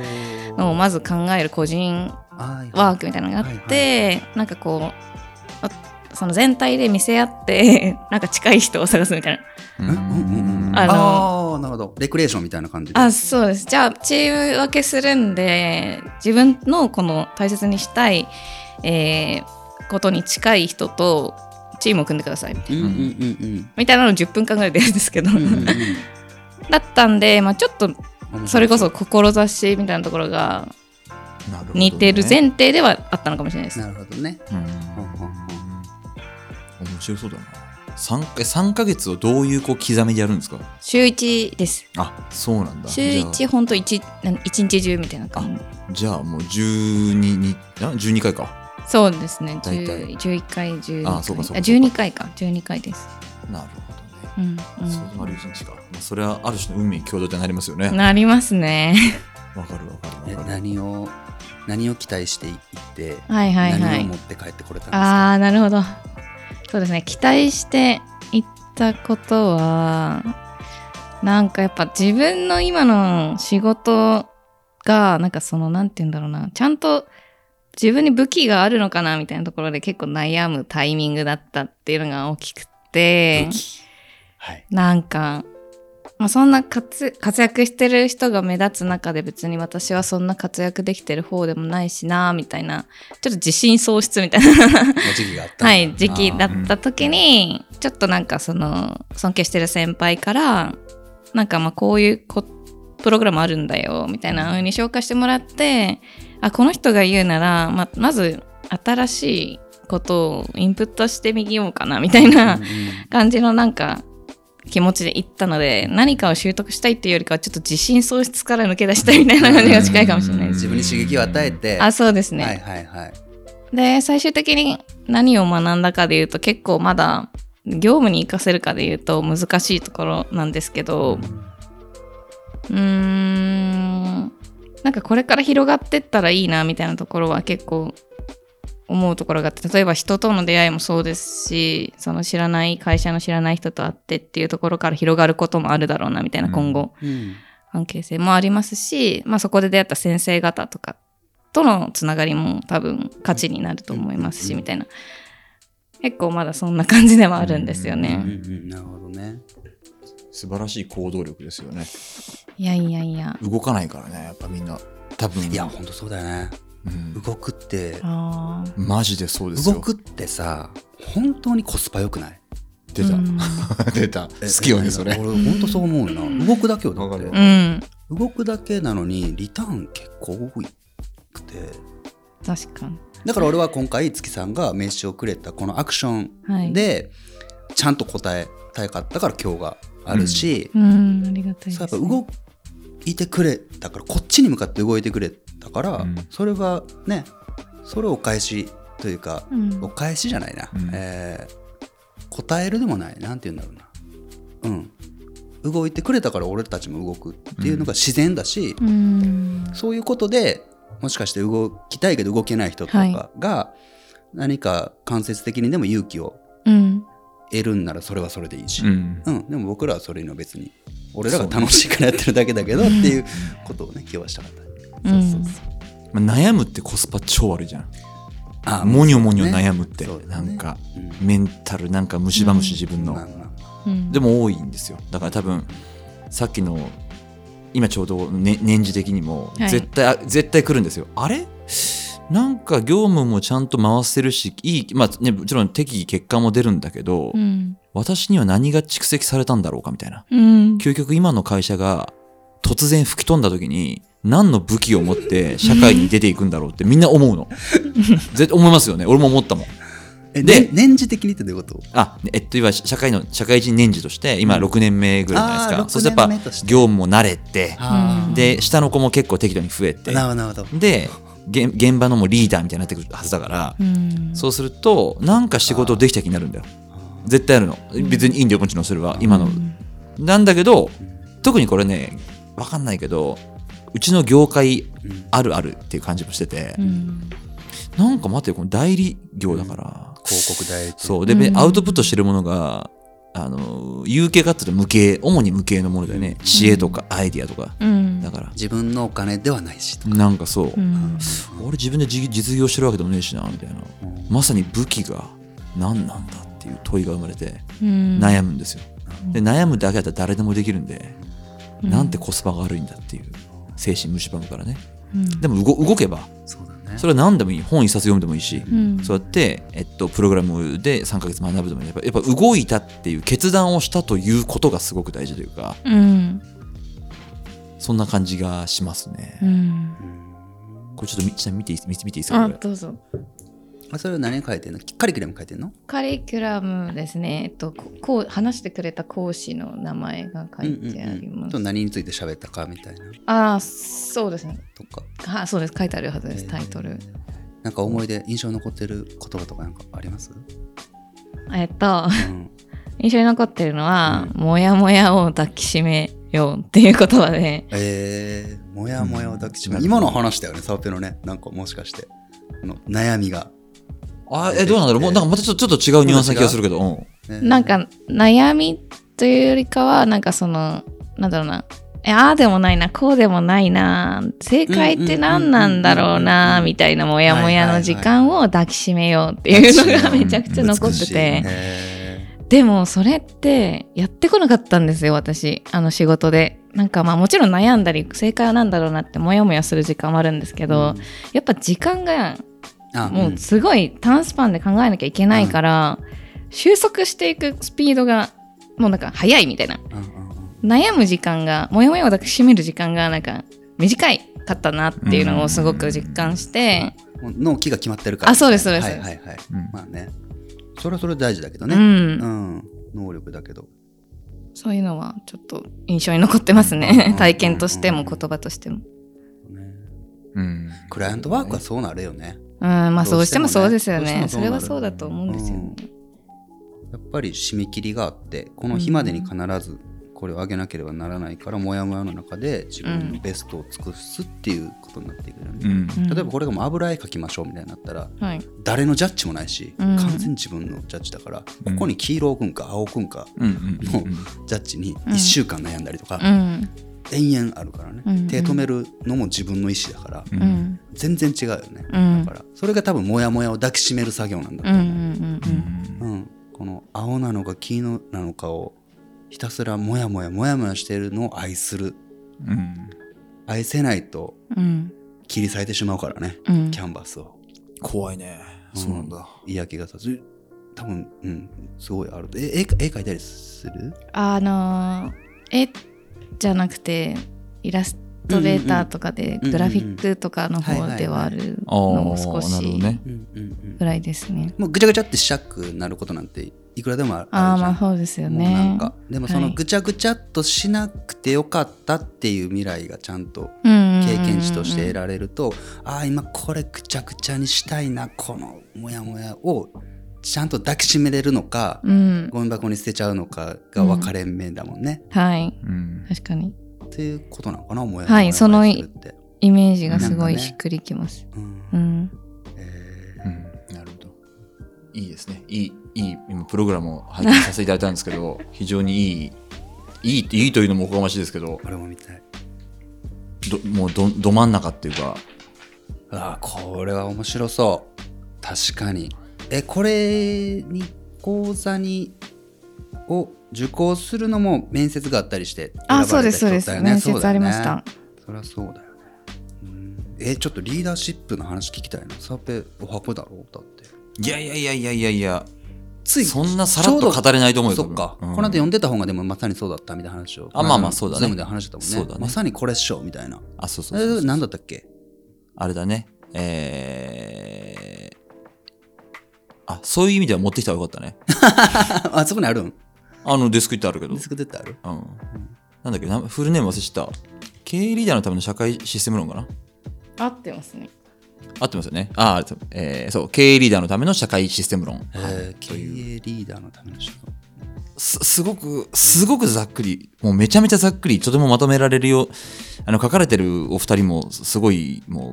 Speaker 3: のをまず考える個人
Speaker 1: はい
Speaker 3: ワークみたいなのがあって、なんかこうあ、その全体で見せ合って、 なんか近い人を探すみたい
Speaker 2: う
Speaker 3: な。
Speaker 2: ん
Speaker 1: うんうんうん
Speaker 3: あの
Speaker 1: あーなるほどレクリエーションみたいな感じで
Speaker 3: あ、そうです。じゃあ、チーム分けするんで、自分のこの大切にしたい、えーことに近い人とチームを組んでくださいみたいな。
Speaker 1: うんうんうん
Speaker 3: みたいなのを10分間ぐらいでやるんですけど、
Speaker 1: うんうんうん
Speaker 3: だったんで、まあ、ちょっと
Speaker 1: うん
Speaker 3: それこそ志みたいなところが
Speaker 2: なるほどね
Speaker 3: 似てる前提ではあったのかもしれないです。
Speaker 1: なるほどね
Speaker 2: うんうんうん
Speaker 1: ほうほうほ
Speaker 2: 面白そうだな 3, 三ヶ月をどういうこう刻みでやるんですか
Speaker 3: 週1です
Speaker 2: あそうなんだ
Speaker 3: 週
Speaker 2: じゃ
Speaker 3: 1ほんと 1, 一日中みたいな感
Speaker 2: あじ
Speaker 3: じ
Speaker 2: ゃあもう12にあ12回か
Speaker 3: そうですね
Speaker 2: 大体
Speaker 3: 10 11回12回
Speaker 2: あそうかそうか
Speaker 3: 12回か12回です、
Speaker 2: なるほどね
Speaker 3: うんうん
Speaker 2: そうなる一日か、まあ、それはある種の運命共同体になりますよね
Speaker 3: なりますね
Speaker 2: わかるわか
Speaker 1: え
Speaker 2: るわかる
Speaker 1: 何を何を期待していって、
Speaker 3: はいはいは
Speaker 1: 何を
Speaker 3: い
Speaker 1: 持って帰ってこれたんですか
Speaker 3: ああなるほどそうですね期待していったことはなんかやっぱ自分の今の仕事がなんかそのなんて言うんだろうなちゃんと自分に武器があるのかなみたいなところで結構悩むタイミングだったっていうのが大きくて
Speaker 1: はい
Speaker 3: なんか、まあ、そんな活活躍してる人が目立つ中で別に私はそんな活躍できてる方でもないしなみたいなちょっと自信喪失みたいな
Speaker 1: の時期があったんだ
Speaker 3: はい、時期だ
Speaker 1: あ
Speaker 3: った時に、ちょっとなんかその、尊敬してる先輩から、なんかまあこういうこプログラムあるんだよ、みたいな風に紹介してもらって、あ、この人が言うなら、ままず新しいことをインプットしてみようかな、みたい
Speaker 1: ー
Speaker 3: な
Speaker 1: うんうん
Speaker 3: 感じのなんか気持ちで行ったので、何かを習得したいっていうよりかは、ちょっと自信喪失から抜け出したいみたいな感じが近いかもしれないです。
Speaker 1: 自分に刺激を与えて
Speaker 3: あ、そうですね。
Speaker 1: はいはいはい
Speaker 3: で最終的に何を学んだかでいうと結構まだ業務に生かせるかでいうと難しいところなんですけどうーんなんかこれから広がってったらいいなみたいなところは結構思うところがあって例えば人との出会いもそうですしその知らない会社の知らない人と会ってっていうところから広がることもあるだろうなみたいな
Speaker 2: うん
Speaker 3: 今後、
Speaker 1: うん
Speaker 3: 関係性もありますし、まあ、そこで出会った先生方とかとのつながりも多分価値になると思いますし、
Speaker 1: うん
Speaker 3: みたいな結構まだそんな感じではあるんですよ
Speaker 1: うん
Speaker 3: ね、
Speaker 1: うんなるほどね
Speaker 2: 素晴らしい行動力ですよね
Speaker 3: いやいやいや
Speaker 2: 動かないからねやっぱみんな多分
Speaker 1: いやほんとそうだよね
Speaker 2: うん、
Speaker 1: 動くって
Speaker 3: あ
Speaker 2: マジでそうですよ
Speaker 1: 動くってさ本当にコスパ良くない
Speaker 2: 出た、
Speaker 3: うん
Speaker 2: 出た好きよねそれ
Speaker 1: 俺本当そう思う な動くだけよだ
Speaker 2: わ
Speaker 1: っ
Speaker 2: か
Speaker 1: て
Speaker 2: る
Speaker 3: ーうん
Speaker 1: 動くだけなのにリターン結構多くて
Speaker 3: 確かに
Speaker 1: だから俺は今回月さんが名刺をくれたこのアクショ
Speaker 3: はい
Speaker 1: ンでちゃんと答えたいかったから今日があるし、
Speaker 3: うんありがたい
Speaker 1: そう
Speaker 3: で
Speaker 1: やっぱ動
Speaker 3: す、
Speaker 1: いてくれたからこっちに向かって動いてくれたから、
Speaker 2: うん
Speaker 1: それはねそれをお返しというか、
Speaker 3: うん
Speaker 1: お返しじゃないな、
Speaker 2: うん
Speaker 1: えー答えるでもないなんて言うんだろうなうん動いてくれたから俺たちも動くっていうのが自然だし、
Speaker 3: うん
Speaker 1: そういうことでもしかして動きたいけど動けない人と
Speaker 3: は
Speaker 1: かが、何か間接的にでも勇気を
Speaker 3: うん
Speaker 1: 得るんならそれはそれでいいし、
Speaker 2: うん
Speaker 1: うん、でも僕らはそれには別に俺らが楽しいからやってるだけだけどっていうことをね今日はしたかった
Speaker 3: うん
Speaker 2: まあ悩むってコスパ超悪いじゃん
Speaker 1: あ
Speaker 2: もにょもにょ悩むって、
Speaker 1: そうだね
Speaker 2: なんか
Speaker 1: うん
Speaker 2: メンタルなんか蝕むし自分の、
Speaker 1: まあまあ
Speaker 3: うん
Speaker 2: でも多いんですよだから多分さっきの今ちょうど、ね、年次的にも
Speaker 3: はい
Speaker 2: 絶対、あ絶対来るんですよあれなんか業務もちゃんと回せるしいいまあねもちろん適宜結果も出るんだけど、
Speaker 3: うん
Speaker 2: 私には何が蓄積されたんだろうかみたいな
Speaker 3: うん
Speaker 2: 究極今の会社が突然吹き飛んだ時に何の武器を持って社会に出ていくんだろうってみんな思う の絶対思いますよね俺も思ったもん
Speaker 1: え
Speaker 2: で
Speaker 1: で年次的にってどういうこと
Speaker 2: あえっと今社会の社会人年次として今6年目ぐらいじゃないですか、
Speaker 1: あー
Speaker 2: そしてやっぱ
Speaker 1: 6年目として
Speaker 2: 業務も慣れて
Speaker 3: あー
Speaker 2: で下の子も結構適度に増えて
Speaker 1: なるほどなるほど
Speaker 2: でげん現場のもうリーダーみたいになってくるはずだから、
Speaker 3: うん
Speaker 2: そうするとなんか仕事できた気になるんだよ絶対あるの別にいいんだよもちろんそれは今のなんだけど特にこれね分かんないけどうちの業界
Speaker 1: うん
Speaker 2: あるあるっていう感じもしてて、
Speaker 3: うん
Speaker 2: なんか待ってよこの代理業だから、
Speaker 1: 広告代理
Speaker 2: そうで、
Speaker 3: うん
Speaker 2: アウトプットしてるものがあの有形かっていうと無形主に無形のものだよね知恵とかアイディアとか、
Speaker 3: うん
Speaker 2: だから
Speaker 1: 自分のお金ではないしと
Speaker 2: なんかそう、
Speaker 3: うん
Speaker 2: 俺自分でじ実業してるわけでもねえしなみたいなまさに武器が何なんだっていう問いが生まれて
Speaker 3: うん
Speaker 2: 悩むんですよ、
Speaker 3: ん
Speaker 2: で悩むだけだったら誰でもできるんで、
Speaker 3: うん
Speaker 2: なんてコスパが悪いんだっていう精神蝕むからね
Speaker 3: うん
Speaker 2: でも動動けば
Speaker 1: そうだね
Speaker 2: それは何でもいい本一冊読んでもいいし、
Speaker 3: うん
Speaker 2: そうやって、えっと、プログラムで3ヶ月学ぶでもいいやっぱやっぱ動いたっていう決断をしたということがすごく大事というか
Speaker 3: うん
Speaker 2: そんな感じがしますね、
Speaker 3: うん
Speaker 2: これちょっとみちなみに見ていい見て見ていいですか
Speaker 3: あ
Speaker 2: これ
Speaker 3: どうぞ
Speaker 1: あそれは何変えてんのカリキュラム変えてんの
Speaker 3: カリキュラムですね、えっと、ここう話してくれた講師の名前が書いてあり
Speaker 1: うんうんう
Speaker 3: ま
Speaker 1: ん
Speaker 3: す。
Speaker 1: と何について喋ったかみたいな
Speaker 3: ああ、そうですね。
Speaker 1: とか
Speaker 3: はそうです、書いてあるはずです、タイトル。
Speaker 1: なんか思い出印象に残ってる言葉とかなんかあります、
Speaker 3: えっと、
Speaker 1: うん
Speaker 3: 印象に残ってるのは、
Speaker 1: う
Speaker 3: もやもやを抱きしめようっていう言葉で、
Speaker 1: えー、もやもやを抱きしめ、
Speaker 2: うん
Speaker 1: 今の話だよねサーペのねなんかもしかしてこの悩みが、
Speaker 2: あえどうなんだろうもうなんかまたちょっとちょっと違うニュアンスな気がするけど、うん、
Speaker 1: ね
Speaker 3: なんか悩みというよりかは、なんかその、なんだろうな、えああでもないな、こうでもないな、正解って何なんだろう
Speaker 1: うんうんうんうんうん
Speaker 3: な、
Speaker 1: うん
Speaker 3: みたいなもやもやの時間を抱きしめようって
Speaker 1: 抱き
Speaker 3: い
Speaker 1: し
Speaker 3: う
Speaker 1: めよう
Speaker 3: のがめちゃくちゃ残って。
Speaker 1: 美していね
Speaker 3: でもそれってやってこなかったんですよ私あの仕事でなんかまあもちろん悩んだり正解は何だろうなってモヤモヤする時間もあるんですけど、やっぱ時間が
Speaker 1: あ
Speaker 3: も
Speaker 1: ん
Speaker 3: うすごい短スパンで考えなきゃいけないから、収束していくスピードがもうなんか早いみたいな
Speaker 1: うんうんうん
Speaker 3: 悩む時間がモヤモヤを抱きしめる時間がなんか短いかったなっていうのをすごく実感して、
Speaker 1: もう納期が決まってるから
Speaker 3: あそうですそうで
Speaker 1: は
Speaker 3: す
Speaker 1: いはいはい、
Speaker 2: うん
Speaker 1: まあねそれはそれ大事だけど
Speaker 3: う
Speaker 1: ね
Speaker 3: ん
Speaker 1: うん、能力だけど
Speaker 3: そういうのはちょっと印象に残ってます
Speaker 1: うん
Speaker 3: ね 体験としても言葉としても。
Speaker 1: ね
Speaker 2: うん
Speaker 1: クライアントワークはそうなるよね
Speaker 3: うん、まあ
Speaker 1: ど
Speaker 3: そうう
Speaker 1: し
Speaker 3: してて
Speaker 1: もね
Speaker 3: もそうですよ
Speaker 1: ど
Speaker 3: ね。
Speaker 1: うしてもそ
Speaker 3: そ
Speaker 1: うなる
Speaker 3: れはそうだと思うんですよね。
Speaker 1: やっぱり締め切りがあってこの日までに必ずこれを上げなければならないからモヤモヤの中で自分のベストを尽くすっていうことになっていくよ
Speaker 2: う
Speaker 1: ね、
Speaker 2: ん
Speaker 3: うん
Speaker 1: 例えばこれがもう油絵描きましょうみたいになったら
Speaker 3: はい。
Speaker 1: 誰のジャッジもないし、
Speaker 3: うん
Speaker 1: 完全に自分のジャッジだから、
Speaker 2: うん
Speaker 1: ここに黄色を置くんか青を置くんか
Speaker 2: うんうんうん
Speaker 1: もうジャッジに
Speaker 3: うん
Speaker 1: 1週間悩んだりとか、
Speaker 3: うん。
Speaker 1: 延々あるからね、
Speaker 3: うんうん
Speaker 1: 手止めるのも自分の意思だから、
Speaker 2: うん
Speaker 3: うん。
Speaker 1: 全然違うよね、
Speaker 3: うん
Speaker 1: だからそれが多分モヤモヤを抱きしめる作業なんだ
Speaker 3: う
Speaker 1: と
Speaker 3: ん。う
Speaker 1: 思う、
Speaker 3: ん。
Speaker 2: うん
Speaker 1: うん、この青なのか黄色なのかをひたすらモヤモヤモヤモヤしているのを愛する
Speaker 2: うん
Speaker 1: 愛せないと
Speaker 3: うん。
Speaker 1: 切り裂いてしまうからね
Speaker 3: うん
Speaker 1: キ。ャンバスを
Speaker 2: 怖いねそうなんだ
Speaker 1: 嫌気がさず多分うんすごいあるえ絵絵描いたりする
Speaker 3: あのー、絵じゃなくて、イラストレーターとかで、
Speaker 1: うん
Speaker 3: グラフィックとかの方ではある
Speaker 2: ああ
Speaker 3: のも
Speaker 2: なるほど
Speaker 3: 少し
Speaker 2: ね
Speaker 1: うんうん
Speaker 3: ぐらいですね。
Speaker 1: もうぐちゃぐちゃってしたくなることなんていくらでもあるじゃん
Speaker 3: ああ、まあそうですよ
Speaker 1: もうなん
Speaker 3: ね。
Speaker 1: かでもそ
Speaker 3: は
Speaker 1: の
Speaker 3: い
Speaker 1: ぐちゃぐちゃっとしなくてよかったっていう未来がちゃんと
Speaker 3: うん
Speaker 1: 経験値として得られると、ああ今これぐちゃぐちゃにしたいなこのモヤモヤをちゃんと抱きしめれるのか、
Speaker 3: うん。
Speaker 1: ゴミ箱に捨てちゃうのかが分かれ目だもんね、
Speaker 3: はい。
Speaker 2: うん
Speaker 3: 確かに。
Speaker 1: っていうことなのかなモヤモヤ
Speaker 3: はいその
Speaker 1: 愛するって、
Speaker 3: イメージがす
Speaker 1: な
Speaker 3: ご
Speaker 1: ん
Speaker 3: い
Speaker 1: かね
Speaker 3: しっくりきます。
Speaker 1: うん
Speaker 3: うん。
Speaker 1: えー
Speaker 2: うんなるほどいいですねいいいい今プログラムを拝見させていただいたんですけ ど非常にいいいいいいというのもおこがましいですけど
Speaker 1: これも見たい
Speaker 2: どもうどど真ん中っていうか
Speaker 1: ああこれは面白そう確かにえこれに講座にを受講するのも面接があったりして
Speaker 3: あ、そうです、そうです。
Speaker 1: 選ばれた
Speaker 3: 面
Speaker 1: 人だよね
Speaker 3: 接ありました。
Speaker 1: そりゃそうだよね。うんえちょっとリーダーシップの話聞きたいな。サーペお箱だろうだって。
Speaker 2: いやいやいやいやいやいや
Speaker 1: つ
Speaker 2: そんなさらっと語れないと思うよ
Speaker 1: そっか。
Speaker 2: 多分うん
Speaker 1: この間読んでた本がでもまさにそうだったみたいな話を。
Speaker 2: あまあまあそうだね
Speaker 1: 全部で話してたもんね。
Speaker 2: そうだね
Speaker 1: まさにこれっしょみたいな。
Speaker 2: あそうそうそうそう
Speaker 1: え何だったっけ
Speaker 2: あれだね。えー、あ、そういう意味では持ってきた方がよかっ たね。
Speaker 1: ああそこにあるん
Speaker 2: あの、デスクってあるけど。う
Speaker 1: デ
Speaker 2: ん
Speaker 1: ス。ク出てある
Speaker 2: なんだっけ、なフルネーム忘れちゃった。経営リーダーのための社会システム論かな
Speaker 3: 合ってますね。
Speaker 2: 合ってますよね。ああ、そうえーそう、経営リーダーのための社会システム論。
Speaker 1: えー経営リーダーのための仕事。
Speaker 2: すすごく、すごくざっくり、もうめちゃめちゃざっくり、とてもまとめられるよう、あの、書かれてるお二人も、すすごい、もう、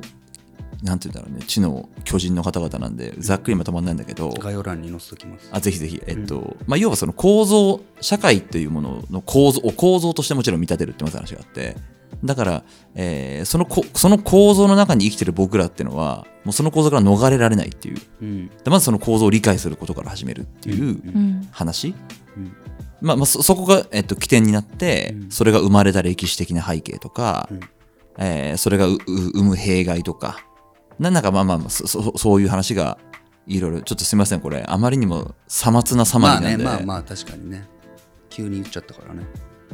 Speaker 2: なんて言うんだろうね、知の巨人の方々なんで、ざっくりまとまんないんだけど、
Speaker 1: 概要欄に載せときます。
Speaker 2: あぜひぜひ、えっとまあ、要はその構造社会というものの構造を構造としてもちろん見立てるってまず話があってだから、えーそのこその構造の中に生きてる僕らっていうのはもうその構造から逃れられないっていう
Speaker 1: うん。
Speaker 2: でまずその構造を理解することから始めるって
Speaker 1: う
Speaker 2: いうん
Speaker 3: うん。
Speaker 2: 話、
Speaker 1: うん
Speaker 2: まあまあ、そそこが、えっと、起点になって、
Speaker 1: うん
Speaker 2: それが生まれた歴史的な背景とか、
Speaker 1: うん
Speaker 2: えーそれがうう生む弊害とかななんかまあまあまあそそそういう話がいろいろちょっとすみませんこれあまりにもさまつなさま
Speaker 1: まあ
Speaker 2: りな
Speaker 1: ね、
Speaker 2: んで、
Speaker 1: まあまあ確かにね。急に言っちゃったからね。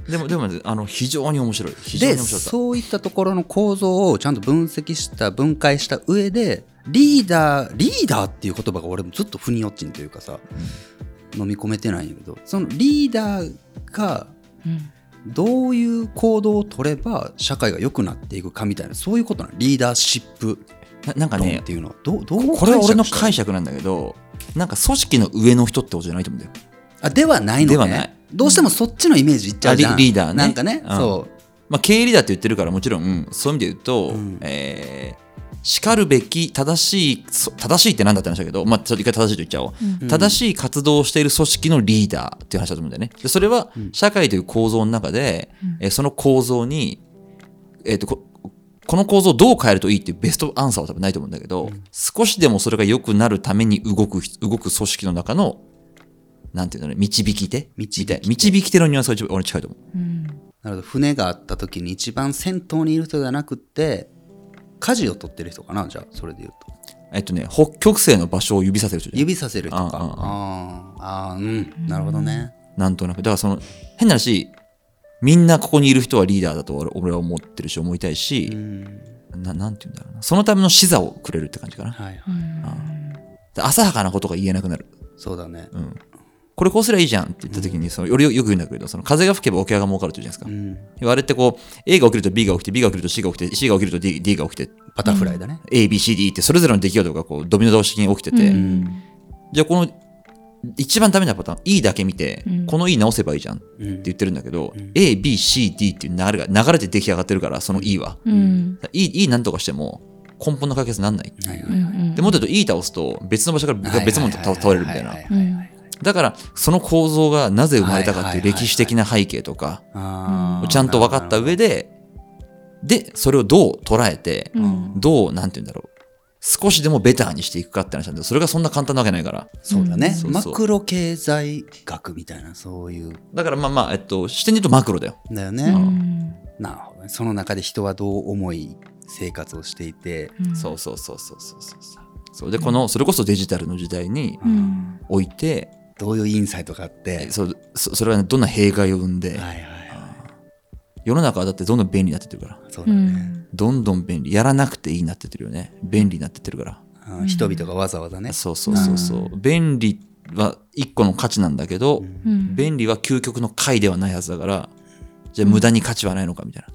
Speaker 2: でもでもあの非常に面白い非常に
Speaker 1: で
Speaker 2: 面白かっ
Speaker 1: そういったところの構造をちゃんと分析した分解した上でリーダーリーダーっていう言葉が俺もずっと腑に落ちんというかさ、飲み込めてないんやけどそのリーダーが
Speaker 3: うん
Speaker 1: どういう行動を取れば社会が良くなっていくかみたいなそういうことなのリーダーシップ
Speaker 2: たななんか
Speaker 1: 論
Speaker 2: ね
Speaker 1: っていうのはどうどう
Speaker 2: これは俺
Speaker 1: 解釈
Speaker 2: の
Speaker 1: した
Speaker 2: 解釈なんだけどなんか組織の上の人ってことじゃないと思うんだよ
Speaker 1: あではないのね
Speaker 2: ではない
Speaker 1: どうしてもそっちのイメージいっちゃうじゃん
Speaker 2: あリリーダーね
Speaker 1: なんかね、
Speaker 2: うん
Speaker 1: そ
Speaker 2: まあ、経理だって言ってるからもちろん、うんそういう意味で言うと、
Speaker 1: うん
Speaker 2: えーしかるべき正しいそ正しいって何だって話だけど、まあ、ちょっと一回正しいと言っちゃおう、
Speaker 1: うん
Speaker 2: 正しい活動をしている組織のリーダーっていう話だと思うんだよねでそれは
Speaker 1: うん
Speaker 2: 社会という構造の中で、えーその構造に、えー、とここの構造をどう変えるといいっていうベストアンサーは多分ないと思うんだけど、少しでもそれが良くなるために動く動く組織の中のなんていうのね導き手
Speaker 1: 導き手
Speaker 2: みたいな導き手のニュアンスが一番俺近いと思う
Speaker 3: うん
Speaker 1: うなるほど船があった時に一番先頭にいる人じゃなくって舵を取ってる人かなじゃあそれで言うと
Speaker 2: えっとね、北極星の場所を指させる人じゃん。
Speaker 1: 指させる人かあ
Speaker 2: あ
Speaker 1: ーあーうんなるほどね
Speaker 2: なんとなく。だからその、変な話、みんなここにいる人はリーダーだと俺俺は思ってるし、思いたいし、ななんて言うんだろうな。そのための視座をくれるって感じかな。
Speaker 1: はい
Speaker 2: で浅はかなことが言えなくなる。
Speaker 1: そうだね
Speaker 2: うん。これこうすりゃいいじゃんって言った時に、そのよりよく言うんだけど、その風が吹けば桶屋が儲かるって言うじゃな
Speaker 1: う
Speaker 2: いですか。
Speaker 1: ん
Speaker 2: 要はあれってこう、A が起きると B が起きて、B が起きると C が起きて、C が起きると D, D が起きて、
Speaker 1: バタフライだね
Speaker 2: A、B、C、D ってそれぞれの出来事がこう、ドミノ倒しに起きてて、
Speaker 1: うん
Speaker 2: じゃあこの、一番ダメなパターン、E だけ見て、
Speaker 3: うん
Speaker 2: この E 直せばいいじゃん。
Speaker 1: うん
Speaker 2: って言ってるんだけど、A、B、C、D っていう流れが流れて出来上がってるから、その E は。
Speaker 3: うん。
Speaker 2: E、E なんとかしても根本の解決になんない。
Speaker 1: はいは
Speaker 3: う
Speaker 1: い
Speaker 3: ん。
Speaker 2: でもっと言うと E 倒すと別の場所から別のもの倒倒れるみたいな
Speaker 1: は。は
Speaker 3: う
Speaker 1: はは
Speaker 3: ん
Speaker 1: は
Speaker 2: だからその構造がなぜ生まれたかっていう歴史的な背景とか
Speaker 1: あー
Speaker 2: ちゃんと分かった上で、で、それをどう捉えて、
Speaker 3: うん
Speaker 2: どう、なんて言うんだろう。少しでもベターにしていくかって話なんだけど、それがそんな簡単なわけないから。
Speaker 1: そうだね
Speaker 2: そう
Speaker 1: マ
Speaker 2: そう
Speaker 1: クロ経済学みたいなそういう
Speaker 2: だからまあまあ、えっと、視点で言うとマクロだよ。
Speaker 1: だよね、なるほどねその中で人はどう思い生活をしていて、
Speaker 2: そうそうそうそうそうそうそう。そうでこのそれこそデジタルの時代に
Speaker 3: うん。
Speaker 2: おいて、
Speaker 1: どういうインサイトがあって、
Speaker 2: そうそそれは、ね、どんな弊害を生んで、
Speaker 1: はいはいは
Speaker 2: 世の中はだってどんどん便利になってってるから
Speaker 1: いそう
Speaker 3: う
Speaker 1: だね、
Speaker 3: ん。
Speaker 2: どんどん便利やらなくていいなってってるよね便利になってってるから、
Speaker 1: あー人々がわざわざね、
Speaker 2: そうそうそうそう便利は一個の価値なんだけど、
Speaker 3: うん。
Speaker 2: 便利は究極の解ではないはずだからじゃあ無駄に価値はないのかみたいな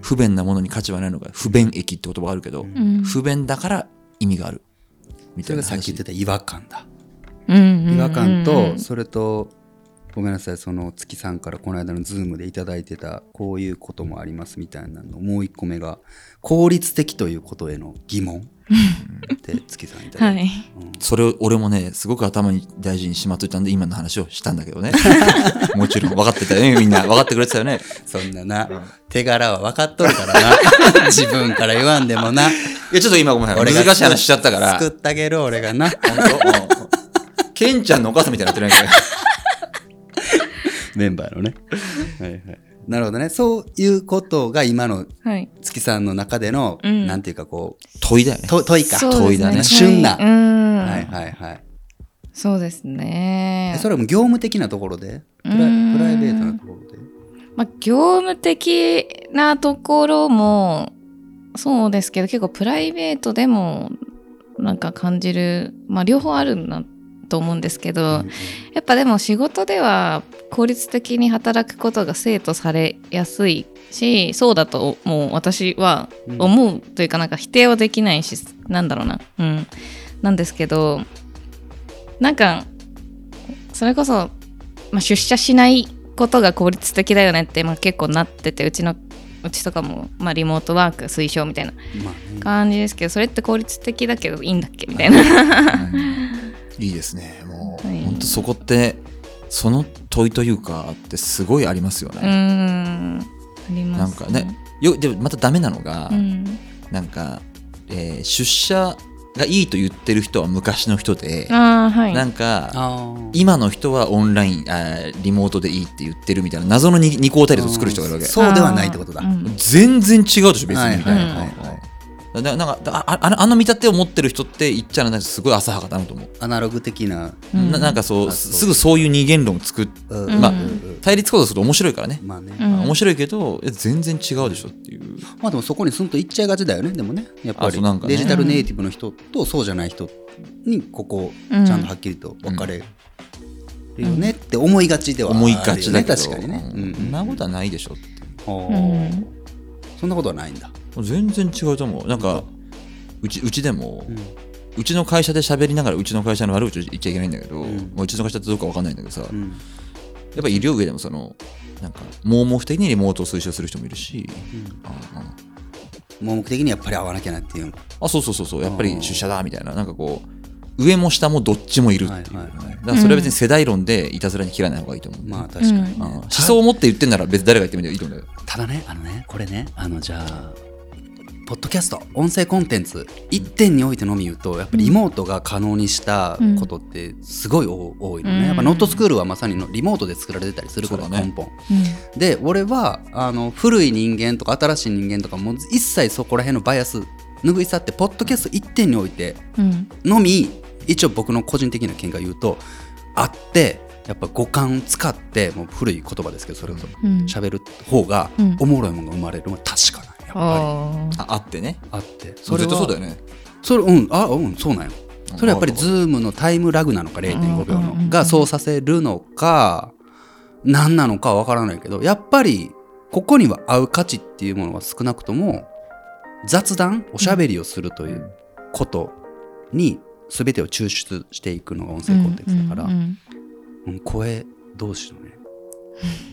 Speaker 2: 不便なものに価値はないのか不便益って言葉があるけど、
Speaker 3: うん。
Speaker 2: 不便だから意味があるみ
Speaker 1: そ
Speaker 2: たい
Speaker 1: れが
Speaker 2: な
Speaker 1: さっき
Speaker 2: 話
Speaker 1: 言ってた違和感だ、
Speaker 3: うん。
Speaker 1: 違和感とそれとごめんなさいその月さんからこの間のズームでいただいてたこういうこともありますみたいなのもう一個目が効率的ということへの疑 問って月さんいただ
Speaker 3: はい
Speaker 1: て、
Speaker 3: い。
Speaker 2: それを俺もね、すごく頭に大事にしまっといたんで、今の話をしたんだけど ね。もちろん分かってたよね、みんな。分かってくれてたよ ね。
Speaker 1: そんなな手柄は分かっとるからな 自分から言わんでもない
Speaker 2: や、ちょっと今ごめん。
Speaker 1: 俺が
Speaker 2: 難しい話しちゃったから。
Speaker 1: 作ってあげる俺がな
Speaker 2: 本当うん ケンちゃんのお母さんみたいになってないけど。
Speaker 1: メンバーのね。はいはい、なるほどね。そういうことが今の
Speaker 3: はい。
Speaker 1: 月さんの中での、
Speaker 3: うん
Speaker 1: なんていうかこう、
Speaker 2: 問いだよね。
Speaker 1: と問いか。
Speaker 2: 遠いだね
Speaker 1: 旬な。
Speaker 3: うん。
Speaker 1: はいはいはい。
Speaker 3: そうですね
Speaker 1: え。それはもう業務的なところでプライ
Speaker 3: うーん
Speaker 1: プライベートなところで。
Speaker 3: まあ、業務的なところもそうですけど結構プライベートでもなんか感じる、まあ、両方あるなと思うんですけど、やっぱでも仕事では効率的に働くことが生徒されやすいしそうだともう私は思うというかなんか否定はできないしなんだろうなうんなんですけどなんかそれこそ、まあ、出社しないことが効率的だよねって、まあ、結構なっててうちのうちとかも、まあ、リモートワーク推奨みたいな
Speaker 1: うんまあね
Speaker 3: 感じですけどそれって効率的だけどいいんだっけみたいな。
Speaker 2: いいですね。もう、
Speaker 3: はい
Speaker 2: 本当そこって、その問いというか、ってすごいありますよ
Speaker 3: うー
Speaker 2: ね。
Speaker 3: んあります
Speaker 2: なんかねよでもまたダメなのが、
Speaker 3: うん
Speaker 2: なんか、えー出社がいいと言ってる人は昔の人で、
Speaker 3: あーはい
Speaker 2: なんか、
Speaker 1: あー
Speaker 2: 今の人はオンラインあーリモートでいいって言ってるみたいな謎のに二項対立を作る人がいるわけ
Speaker 1: そうではないってことだ。
Speaker 3: あーうん
Speaker 2: 全然違うでしょ別に、
Speaker 1: はいはい
Speaker 3: はいはい
Speaker 1: はい
Speaker 2: だだなんかだあああの見立てを持ってる人って言っちゃなんかすごい浅はかだなと思う、
Speaker 1: アナログ的な、
Speaker 3: うん
Speaker 2: ななんかそう
Speaker 1: あ
Speaker 2: す
Speaker 1: そう
Speaker 2: すぐそういう二元論を作っ
Speaker 1: うん
Speaker 3: まあ
Speaker 1: うん
Speaker 2: 対立構造すると面白いからね、
Speaker 1: まあね、
Speaker 3: うん
Speaker 2: 面白いけどえ全然違うでしょっていう
Speaker 1: まあでもそこにスンと行っちゃいがちだよねでもねやっぱ
Speaker 2: あそ
Speaker 1: り、
Speaker 2: うなんかね
Speaker 1: デジタルネイティブの人とそうじゃない人にここち
Speaker 3: うん
Speaker 1: ゃんとはっきりと分かれるよねって思いがちではあるよ
Speaker 2: 思
Speaker 1: ね
Speaker 2: いがちだけど
Speaker 1: 確かにね、
Speaker 2: うんそんなことはないでしょって
Speaker 1: ほう
Speaker 3: うん
Speaker 1: そんなことはないんだ、
Speaker 2: 全然違うと思うなんかうちうちでも、
Speaker 1: うん
Speaker 2: うちの会社で喋りながらうちの会社の悪口言っちゃいけないんだけど、
Speaker 1: うん
Speaker 2: まあうちの会社ってどうかわかんないんだけどさ、
Speaker 1: うん
Speaker 2: やっぱ医療上でもそのなんか盲目的にリモートを推奨する人もいるし、ああ
Speaker 1: 盲目的にやっぱり会わなきゃなっていう
Speaker 2: あそうそうそうそうやっぱり出社だみたいななんかこう上も下もどっちもいるっていう、
Speaker 1: はいはいはい
Speaker 2: だからそれは別に世代論でいたずらに切らない方がいいと思う、
Speaker 1: まあ確かにね、
Speaker 2: ああ思想を持って言ってんなら別に誰が言ってみてもいいと思うんだよ
Speaker 1: ただねあのねこれねあのじゃあポッドキャスト音声コンテンツ1点においてのみ言うとやっぱりリモートが可能にしたことってすごい多多いのね、
Speaker 3: うん
Speaker 1: やっぱノットスクールはまさにのリモートで作られてたりするから、
Speaker 2: そうだね
Speaker 1: 根本で俺はあの古い人間とか新しい人間とかもう一切そこら辺のバイアス拭い去ってポッドキャスト1点において
Speaker 3: うん
Speaker 1: のみ一応僕の個人的な見解を言うとあってやっぱ五感使ってもう古い言葉ですけどそれこそ
Speaker 3: うん
Speaker 1: 喋る方が
Speaker 3: うん
Speaker 1: おもろいものが生まれるのは確かなんやっぱ
Speaker 3: あー
Speaker 2: ああってね
Speaker 1: りあって
Speaker 2: それ
Speaker 1: は
Speaker 2: とそうだよね
Speaker 1: それうんあうんそうなんよそれはやっぱりズームのタイムラグなのか0.5秒
Speaker 3: うんうんうんう
Speaker 1: の
Speaker 3: ん
Speaker 1: がそうさせるのか何なのかは分からないけどやっぱりここには合う価値っていうものは少なくとも雑談おしゃべりをするということに全てを抽出していくのが音声コンテンツだから、
Speaker 3: うんうん
Speaker 1: うん声同士のね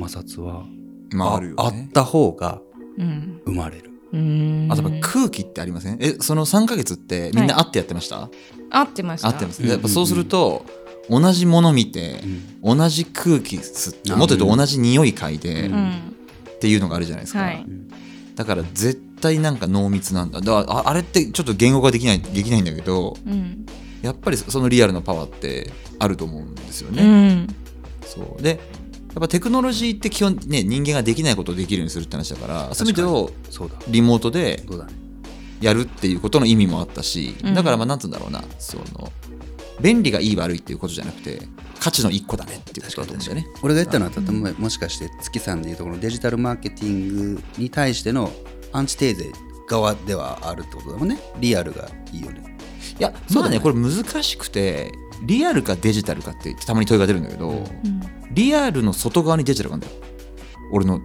Speaker 1: 摩擦 は
Speaker 2: まああるよ
Speaker 1: あ
Speaker 2: ね
Speaker 1: った方が
Speaker 3: うん
Speaker 1: 生まれる。
Speaker 3: うん
Speaker 2: あとやっぱ空気ってありませんえその3か月ってみんな会ってやってました、
Speaker 3: 合ってました
Speaker 2: 合ってます
Speaker 1: うん
Speaker 2: やっぱそうすると、同じもの見て、同じ空気吸って
Speaker 1: あ
Speaker 2: もっと言うと同じ匂い嗅いで、
Speaker 1: う
Speaker 3: う
Speaker 2: っ
Speaker 3: ん
Speaker 2: ていうのがあるじゃないですか、
Speaker 3: はい
Speaker 2: だから絶対なんか濃密なんだだからああれってちょっと言語化できないできないんだけど
Speaker 3: うん
Speaker 2: やっぱりそのリアルなパワーってあると思うんですよ
Speaker 3: う
Speaker 2: ね、
Speaker 3: ん
Speaker 2: そうでやっぱテクノロジーって基本ね人間ができないことをできるようにするって話だからそういう意味でを
Speaker 1: そうだ
Speaker 2: リモートで
Speaker 1: そうだね
Speaker 2: やるっていうことの意味もあったし、
Speaker 3: うん
Speaker 2: だからまあなんつうんだろうなその便利がいい悪いっていうことじゃなくて価値の一個だねっていうことだと思うんだよね。
Speaker 1: 俺が言ったのは例えばもしかして月さんでいうところのデジタルマーケティングに対してのアンチテーゼ側ではあるってことだもんねリアルがいいよね
Speaker 2: いや
Speaker 1: そう
Speaker 2: ま
Speaker 1: だ
Speaker 2: あ
Speaker 1: ね
Speaker 2: ねこれ難しくてリアルかデジタルかってたまに問いが出るんだけど、
Speaker 3: うん
Speaker 2: リアルの外側にデジタルがあるんだよ俺の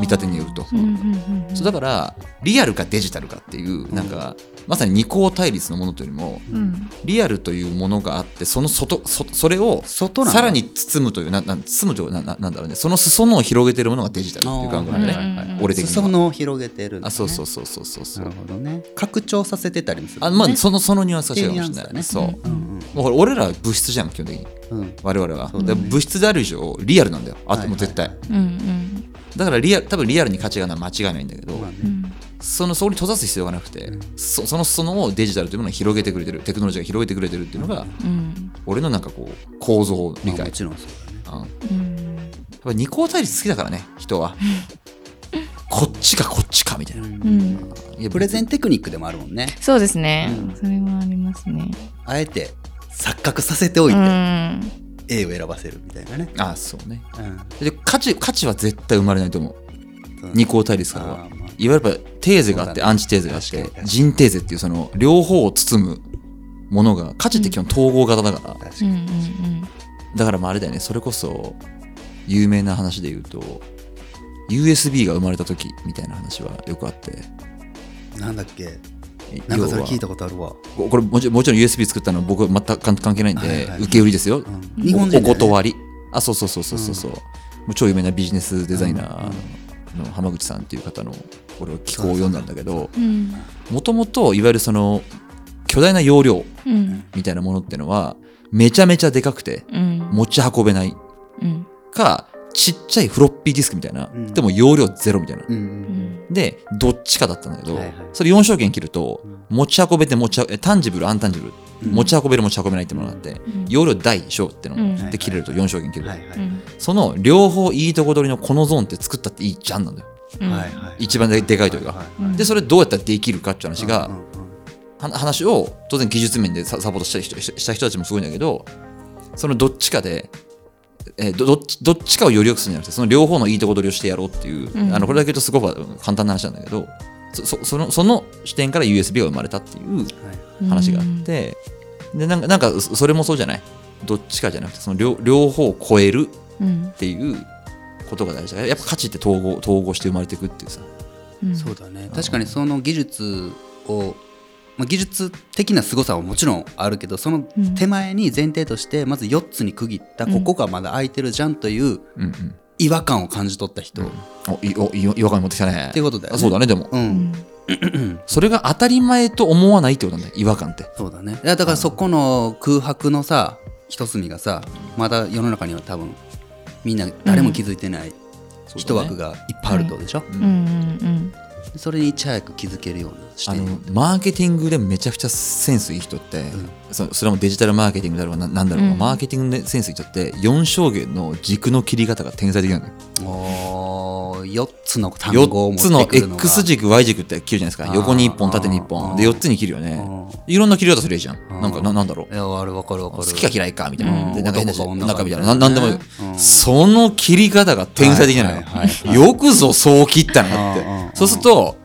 Speaker 2: 見立てによると。
Speaker 3: うんうんうん
Speaker 2: そうだからリアルかデジタルかっていうなんかまさに二項対立のものというよりも
Speaker 3: うん
Speaker 2: リアルというものがあってその外そそれを
Speaker 1: 外なんだ
Speaker 2: さらに包むというななん包むというなななんだろうねその裾野を広げてるものがデジタルっていう考えだ
Speaker 3: あー
Speaker 2: ね、
Speaker 3: はいはいはい
Speaker 2: 俺的に
Speaker 1: 裾
Speaker 2: は
Speaker 1: 野を広げてるんだね
Speaker 2: あそうそうそうそうそうそう、
Speaker 1: なるほどね拡張させてたりもする
Speaker 2: あまあ
Speaker 1: ね
Speaker 2: そのそのニュアンスが違うかもしれない、
Speaker 1: っていうニュアンス
Speaker 2: そ
Speaker 1: だ
Speaker 2: う、
Speaker 1: ねうん
Speaker 2: もうほら俺らは物質じゃん基本的に
Speaker 1: うんうん
Speaker 2: 我々は、
Speaker 1: そうだね
Speaker 2: だから物質である以上リアルなんだよあっても絶対、
Speaker 1: はいはい
Speaker 3: うんうん
Speaker 2: だからリアル多分リアルに価値があるのは間違いないんだけど、
Speaker 1: まあ
Speaker 3: う
Speaker 1: ね
Speaker 3: ん
Speaker 2: そのそこに閉ざす必要がなくて、
Speaker 1: うん
Speaker 2: そその裾野をデジタルというものを広げてくれてるテクノロジーが広げてくれてるっていうのが、
Speaker 3: うん
Speaker 2: 俺のなんかこう構造を理
Speaker 1: まあ
Speaker 2: 解
Speaker 1: も、ちろんそうだね
Speaker 2: うん
Speaker 3: うん
Speaker 2: やっぱ二項対立好きだからね人はこっちかこっちかみたいな、
Speaker 3: うん
Speaker 2: いや
Speaker 1: プレゼンテクニックでもあるもんね
Speaker 3: そうですね
Speaker 1: うん
Speaker 3: それもありますね
Speaker 1: あえて錯覚させてお
Speaker 3: う
Speaker 1: いて
Speaker 3: ん
Speaker 1: A を選ばせるみたいなね
Speaker 2: あそうね
Speaker 1: うん
Speaker 2: で価値価値は絶対生まれないと思う二項対立からは
Speaker 1: あーまあ
Speaker 2: いわゆるテーゼがあって、
Speaker 1: そうだね
Speaker 2: アンチテーゼがあっ
Speaker 1: 確かに確
Speaker 2: て
Speaker 1: かに
Speaker 2: 人テーゼっていうその両方を包むものが価値って基本統合型だから、
Speaker 1: 確
Speaker 3: う
Speaker 1: か
Speaker 3: んう
Speaker 1: に
Speaker 3: ん
Speaker 2: だからまああれだよねそれこそ有名な話で言うと USB が生まれた時みたいな話はよくあって
Speaker 1: なんだっけなんかそれ聞いたことあるわ
Speaker 2: 要はこれもちろんもちろん USB 作ったのは僕は全く関係ないんで、
Speaker 1: はいはい
Speaker 2: 受け売りですよ、
Speaker 1: うん
Speaker 2: 日
Speaker 1: 日
Speaker 2: 本
Speaker 1: 本人
Speaker 2: お断りあそうそうそうそうそうそう、もう超有名なビジネスデザイナーの浜口さんっていう方のこれを寄稿を読んだんだけど
Speaker 3: うんうん
Speaker 2: もともといわゆるその巨大な容量
Speaker 3: うん
Speaker 2: みたいなものってのはめちゃめちゃでかくて
Speaker 3: うん
Speaker 2: 持ち運べない
Speaker 3: うん
Speaker 2: かちっちゃいフロッピーディスクみたいな、
Speaker 1: うん
Speaker 2: でも容量ゼロみたいな、
Speaker 1: うん
Speaker 3: う
Speaker 1: うん
Speaker 3: ん
Speaker 2: でどっちかだったんだけど、
Speaker 1: はいはい
Speaker 2: それ4証券切ると
Speaker 1: うん
Speaker 2: 持ち運べて持ちえタンジブルアンタンジブル、
Speaker 1: うん
Speaker 2: 持ち運べる持ち運べないってものがあって、
Speaker 3: ん
Speaker 2: 容量大小っての
Speaker 3: うん
Speaker 2: がで切れると4証券切れる、
Speaker 1: はいは
Speaker 3: う
Speaker 1: い
Speaker 3: ん
Speaker 2: その両方いいとこ取りのこのゾーンって作ったっていいじゃんなんだよ
Speaker 3: うん
Speaker 1: はいはい
Speaker 2: 一番ででかいというか
Speaker 1: は
Speaker 3: うん
Speaker 2: でそれどうやったらできるかっていう話が
Speaker 1: うんうんうん
Speaker 2: は話を当然技術面でササポートした人しした人たちもすごいんだけどそのどっちかで、えーどどっちどっちかをより良くするんじゃなくてその両方のいいとこ取りをしてやろうっていう、
Speaker 3: うん
Speaker 2: あのこれだけ言うとすごく簡単な話なんだけどそそそのその視点から USB が生まれたっていう
Speaker 1: はい
Speaker 2: 話があって、でなんかなんかそそれもそうじゃないどっちかじゃなくてその両両方を超える
Speaker 3: うん
Speaker 2: っていうことが大事だからやっぱ価値って統合統合して生まれていくっていうさ
Speaker 3: うん
Speaker 1: そうだね確かにその技術を、まあ、技術的な凄さはもちろんあるけどその手前に前提としてまず4つに区切った、
Speaker 3: うん
Speaker 1: ここがまだ空いてるじゃんという
Speaker 2: うんうん
Speaker 1: 違和感を感じ取った人、
Speaker 2: うん
Speaker 1: っ
Speaker 2: おいいおいい違和感持ってきたね
Speaker 1: ていうことだよね
Speaker 2: あそうだねでも
Speaker 1: う、
Speaker 3: うんん
Speaker 2: それが当たり前と思わないってことなんだよ違和感って
Speaker 1: そうだねいやだからそこの空白のさ一隅がさまだ世の中には多分みんな誰も気づいてない一枠
Speaker 2: が
Speaker 1: がいっぱいあるってことでしょ、
Speaker 2: う
Speaker 3: うんうん
Speaker 1: それにいち早く気づけるような視
Speaker 2: あ
Speaker 1: 点
Speaker 2: のマーケティングでめちゃくちゃセンスいい人って、
Speaker 1: ん
Speaker 2: そそれもデジタルマーケティングだろうがななんだろうが、
Speaker 3: うん
Speaker 2: マーケティングでセンスいい人って4証言の軸の切り方が天才的なんだよ
Speaker 1: お4つの単語を
Speaker 2: 4
Speaker 1: 持
Speaker 2: つ
Speaker 1: っ
Speaker 2: の
Speaker 1: てくるのが
Speaker 2: X 軸 Y 軸って切るじゃないです
Speaker 1: あ
Speaker 2: か
Speaker 1: ー
Speaker 2: 横に1本縦に1
Speaker 1: あー
Speaker 2: 本で4つに切るよね
Speaker 1: うん
Speaker 2: いろんな切り方するじゃん
Speaker 1: うん
Speaker 2: なんかななんだろう
Speaker 1: いや、あれわかるわかる。
Speaker 2: 好きか嫌いかみたい
Speaker 3: うん
Speaker 2: なでなんか変な
Speaker 1: 男か女か
Speaker 2: なんかみたいなななんでもいい
Speaker 1: うん
Speaker 2: その切り方が天才的なの
Speaker 1: はいはいはいは
Speaker 2: よよくぞそう切ったな
Speaker 1: うんうんうん
Speaker 2: ってそうすると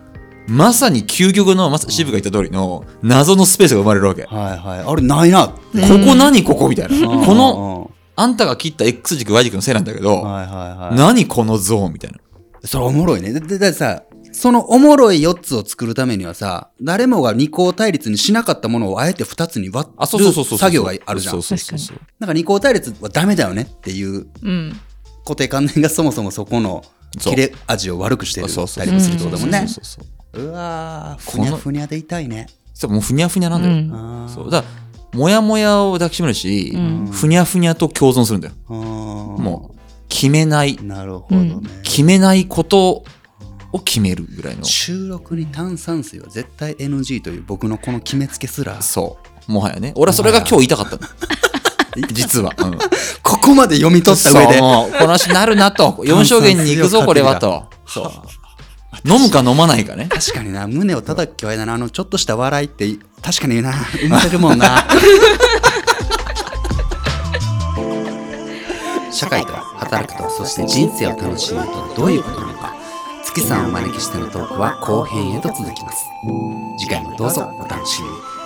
Speaker 2: まさに究極のまさ渋が言った通りの謎のスペースが生まれるわけこ
Speaker 1: はいはい。あれ、ないな。こ
Speaker 2: こ何ここみたいなこの
Speaker 1: の、
Speaker 2: あんたが切った X 軸 Y 軸のせいなんだけ
Speaker 1: うん
Speaker 2: ど
Speaker 1: はいはいは。
Speaker 2: 何このゾーンみたいない
Speaker 1: それおもろいね。で、でだってさ、そのおもろい4つを作るためにはさ、誰もが二項対立にしなかったものをあえて2つに割
Speaker 2: あそうそうそうそ
Speaker 1: る
Speaker 2: う
Speaker 1: 作業があるじゃん
Speaker 2: そう。そうそうそう
Speaker 1: なんか二項対立はダメだよねっていう
Speaker 3: うん
Speaker 1: 固定観念がそもそもそこの
Speaker 2: そう
Speaker 1: 切れ味を悪くしてる
Speaker 2: そう
Speaker 1: た
Speaker 2: そう
Speaker 1: り
Speaker 2: そ
Speaker 1: も
Speaker 2: う
Speaker 1: するってことだもんね
Speaker 2: そう。そうそう
Speaker 1: うわー、ふ
Speaker 2: こ
Speaker 1: に
Speaker 2: の
Speaker 1: ゃふにゃで痛いね。
Speaker 2: そうもうふにゃふにゃなんだよ、
Speaker 3: うん
Speaker 1: あー
Speaker 2: そうだからもやもやを抱きしめるし、
Speaker 3: うん
Speaker 2: ふにゃふにゃと共存するんだよ、
Speaker 1: あー
Speaker 2: もう決めない
Speaker 1: なるほどね。
Speaker 2: 決めないことを決めるぐらいの
Speaker 1: 収録に炭酸水は絶対 NG という僕のこの決めつけすら
Speaker 2: そうもはやね俺はそれが今日言いたかったの 実は、うん、
Speaker 1: ここまで読み取った上で
Speaker 2: そうもうこの話になるな と4証言に行くぞこれはとそう飲むか飲まないかね
Speaker 1: 確かにな胸を叩く気合いだなあのちょっとした笑いって確かに な生まれるもんな社会とは働くとそして人生を楽しむとはどういうことなのか月さんをお招きしてのトークは後編へと続きます次回もどうぞお楽しみに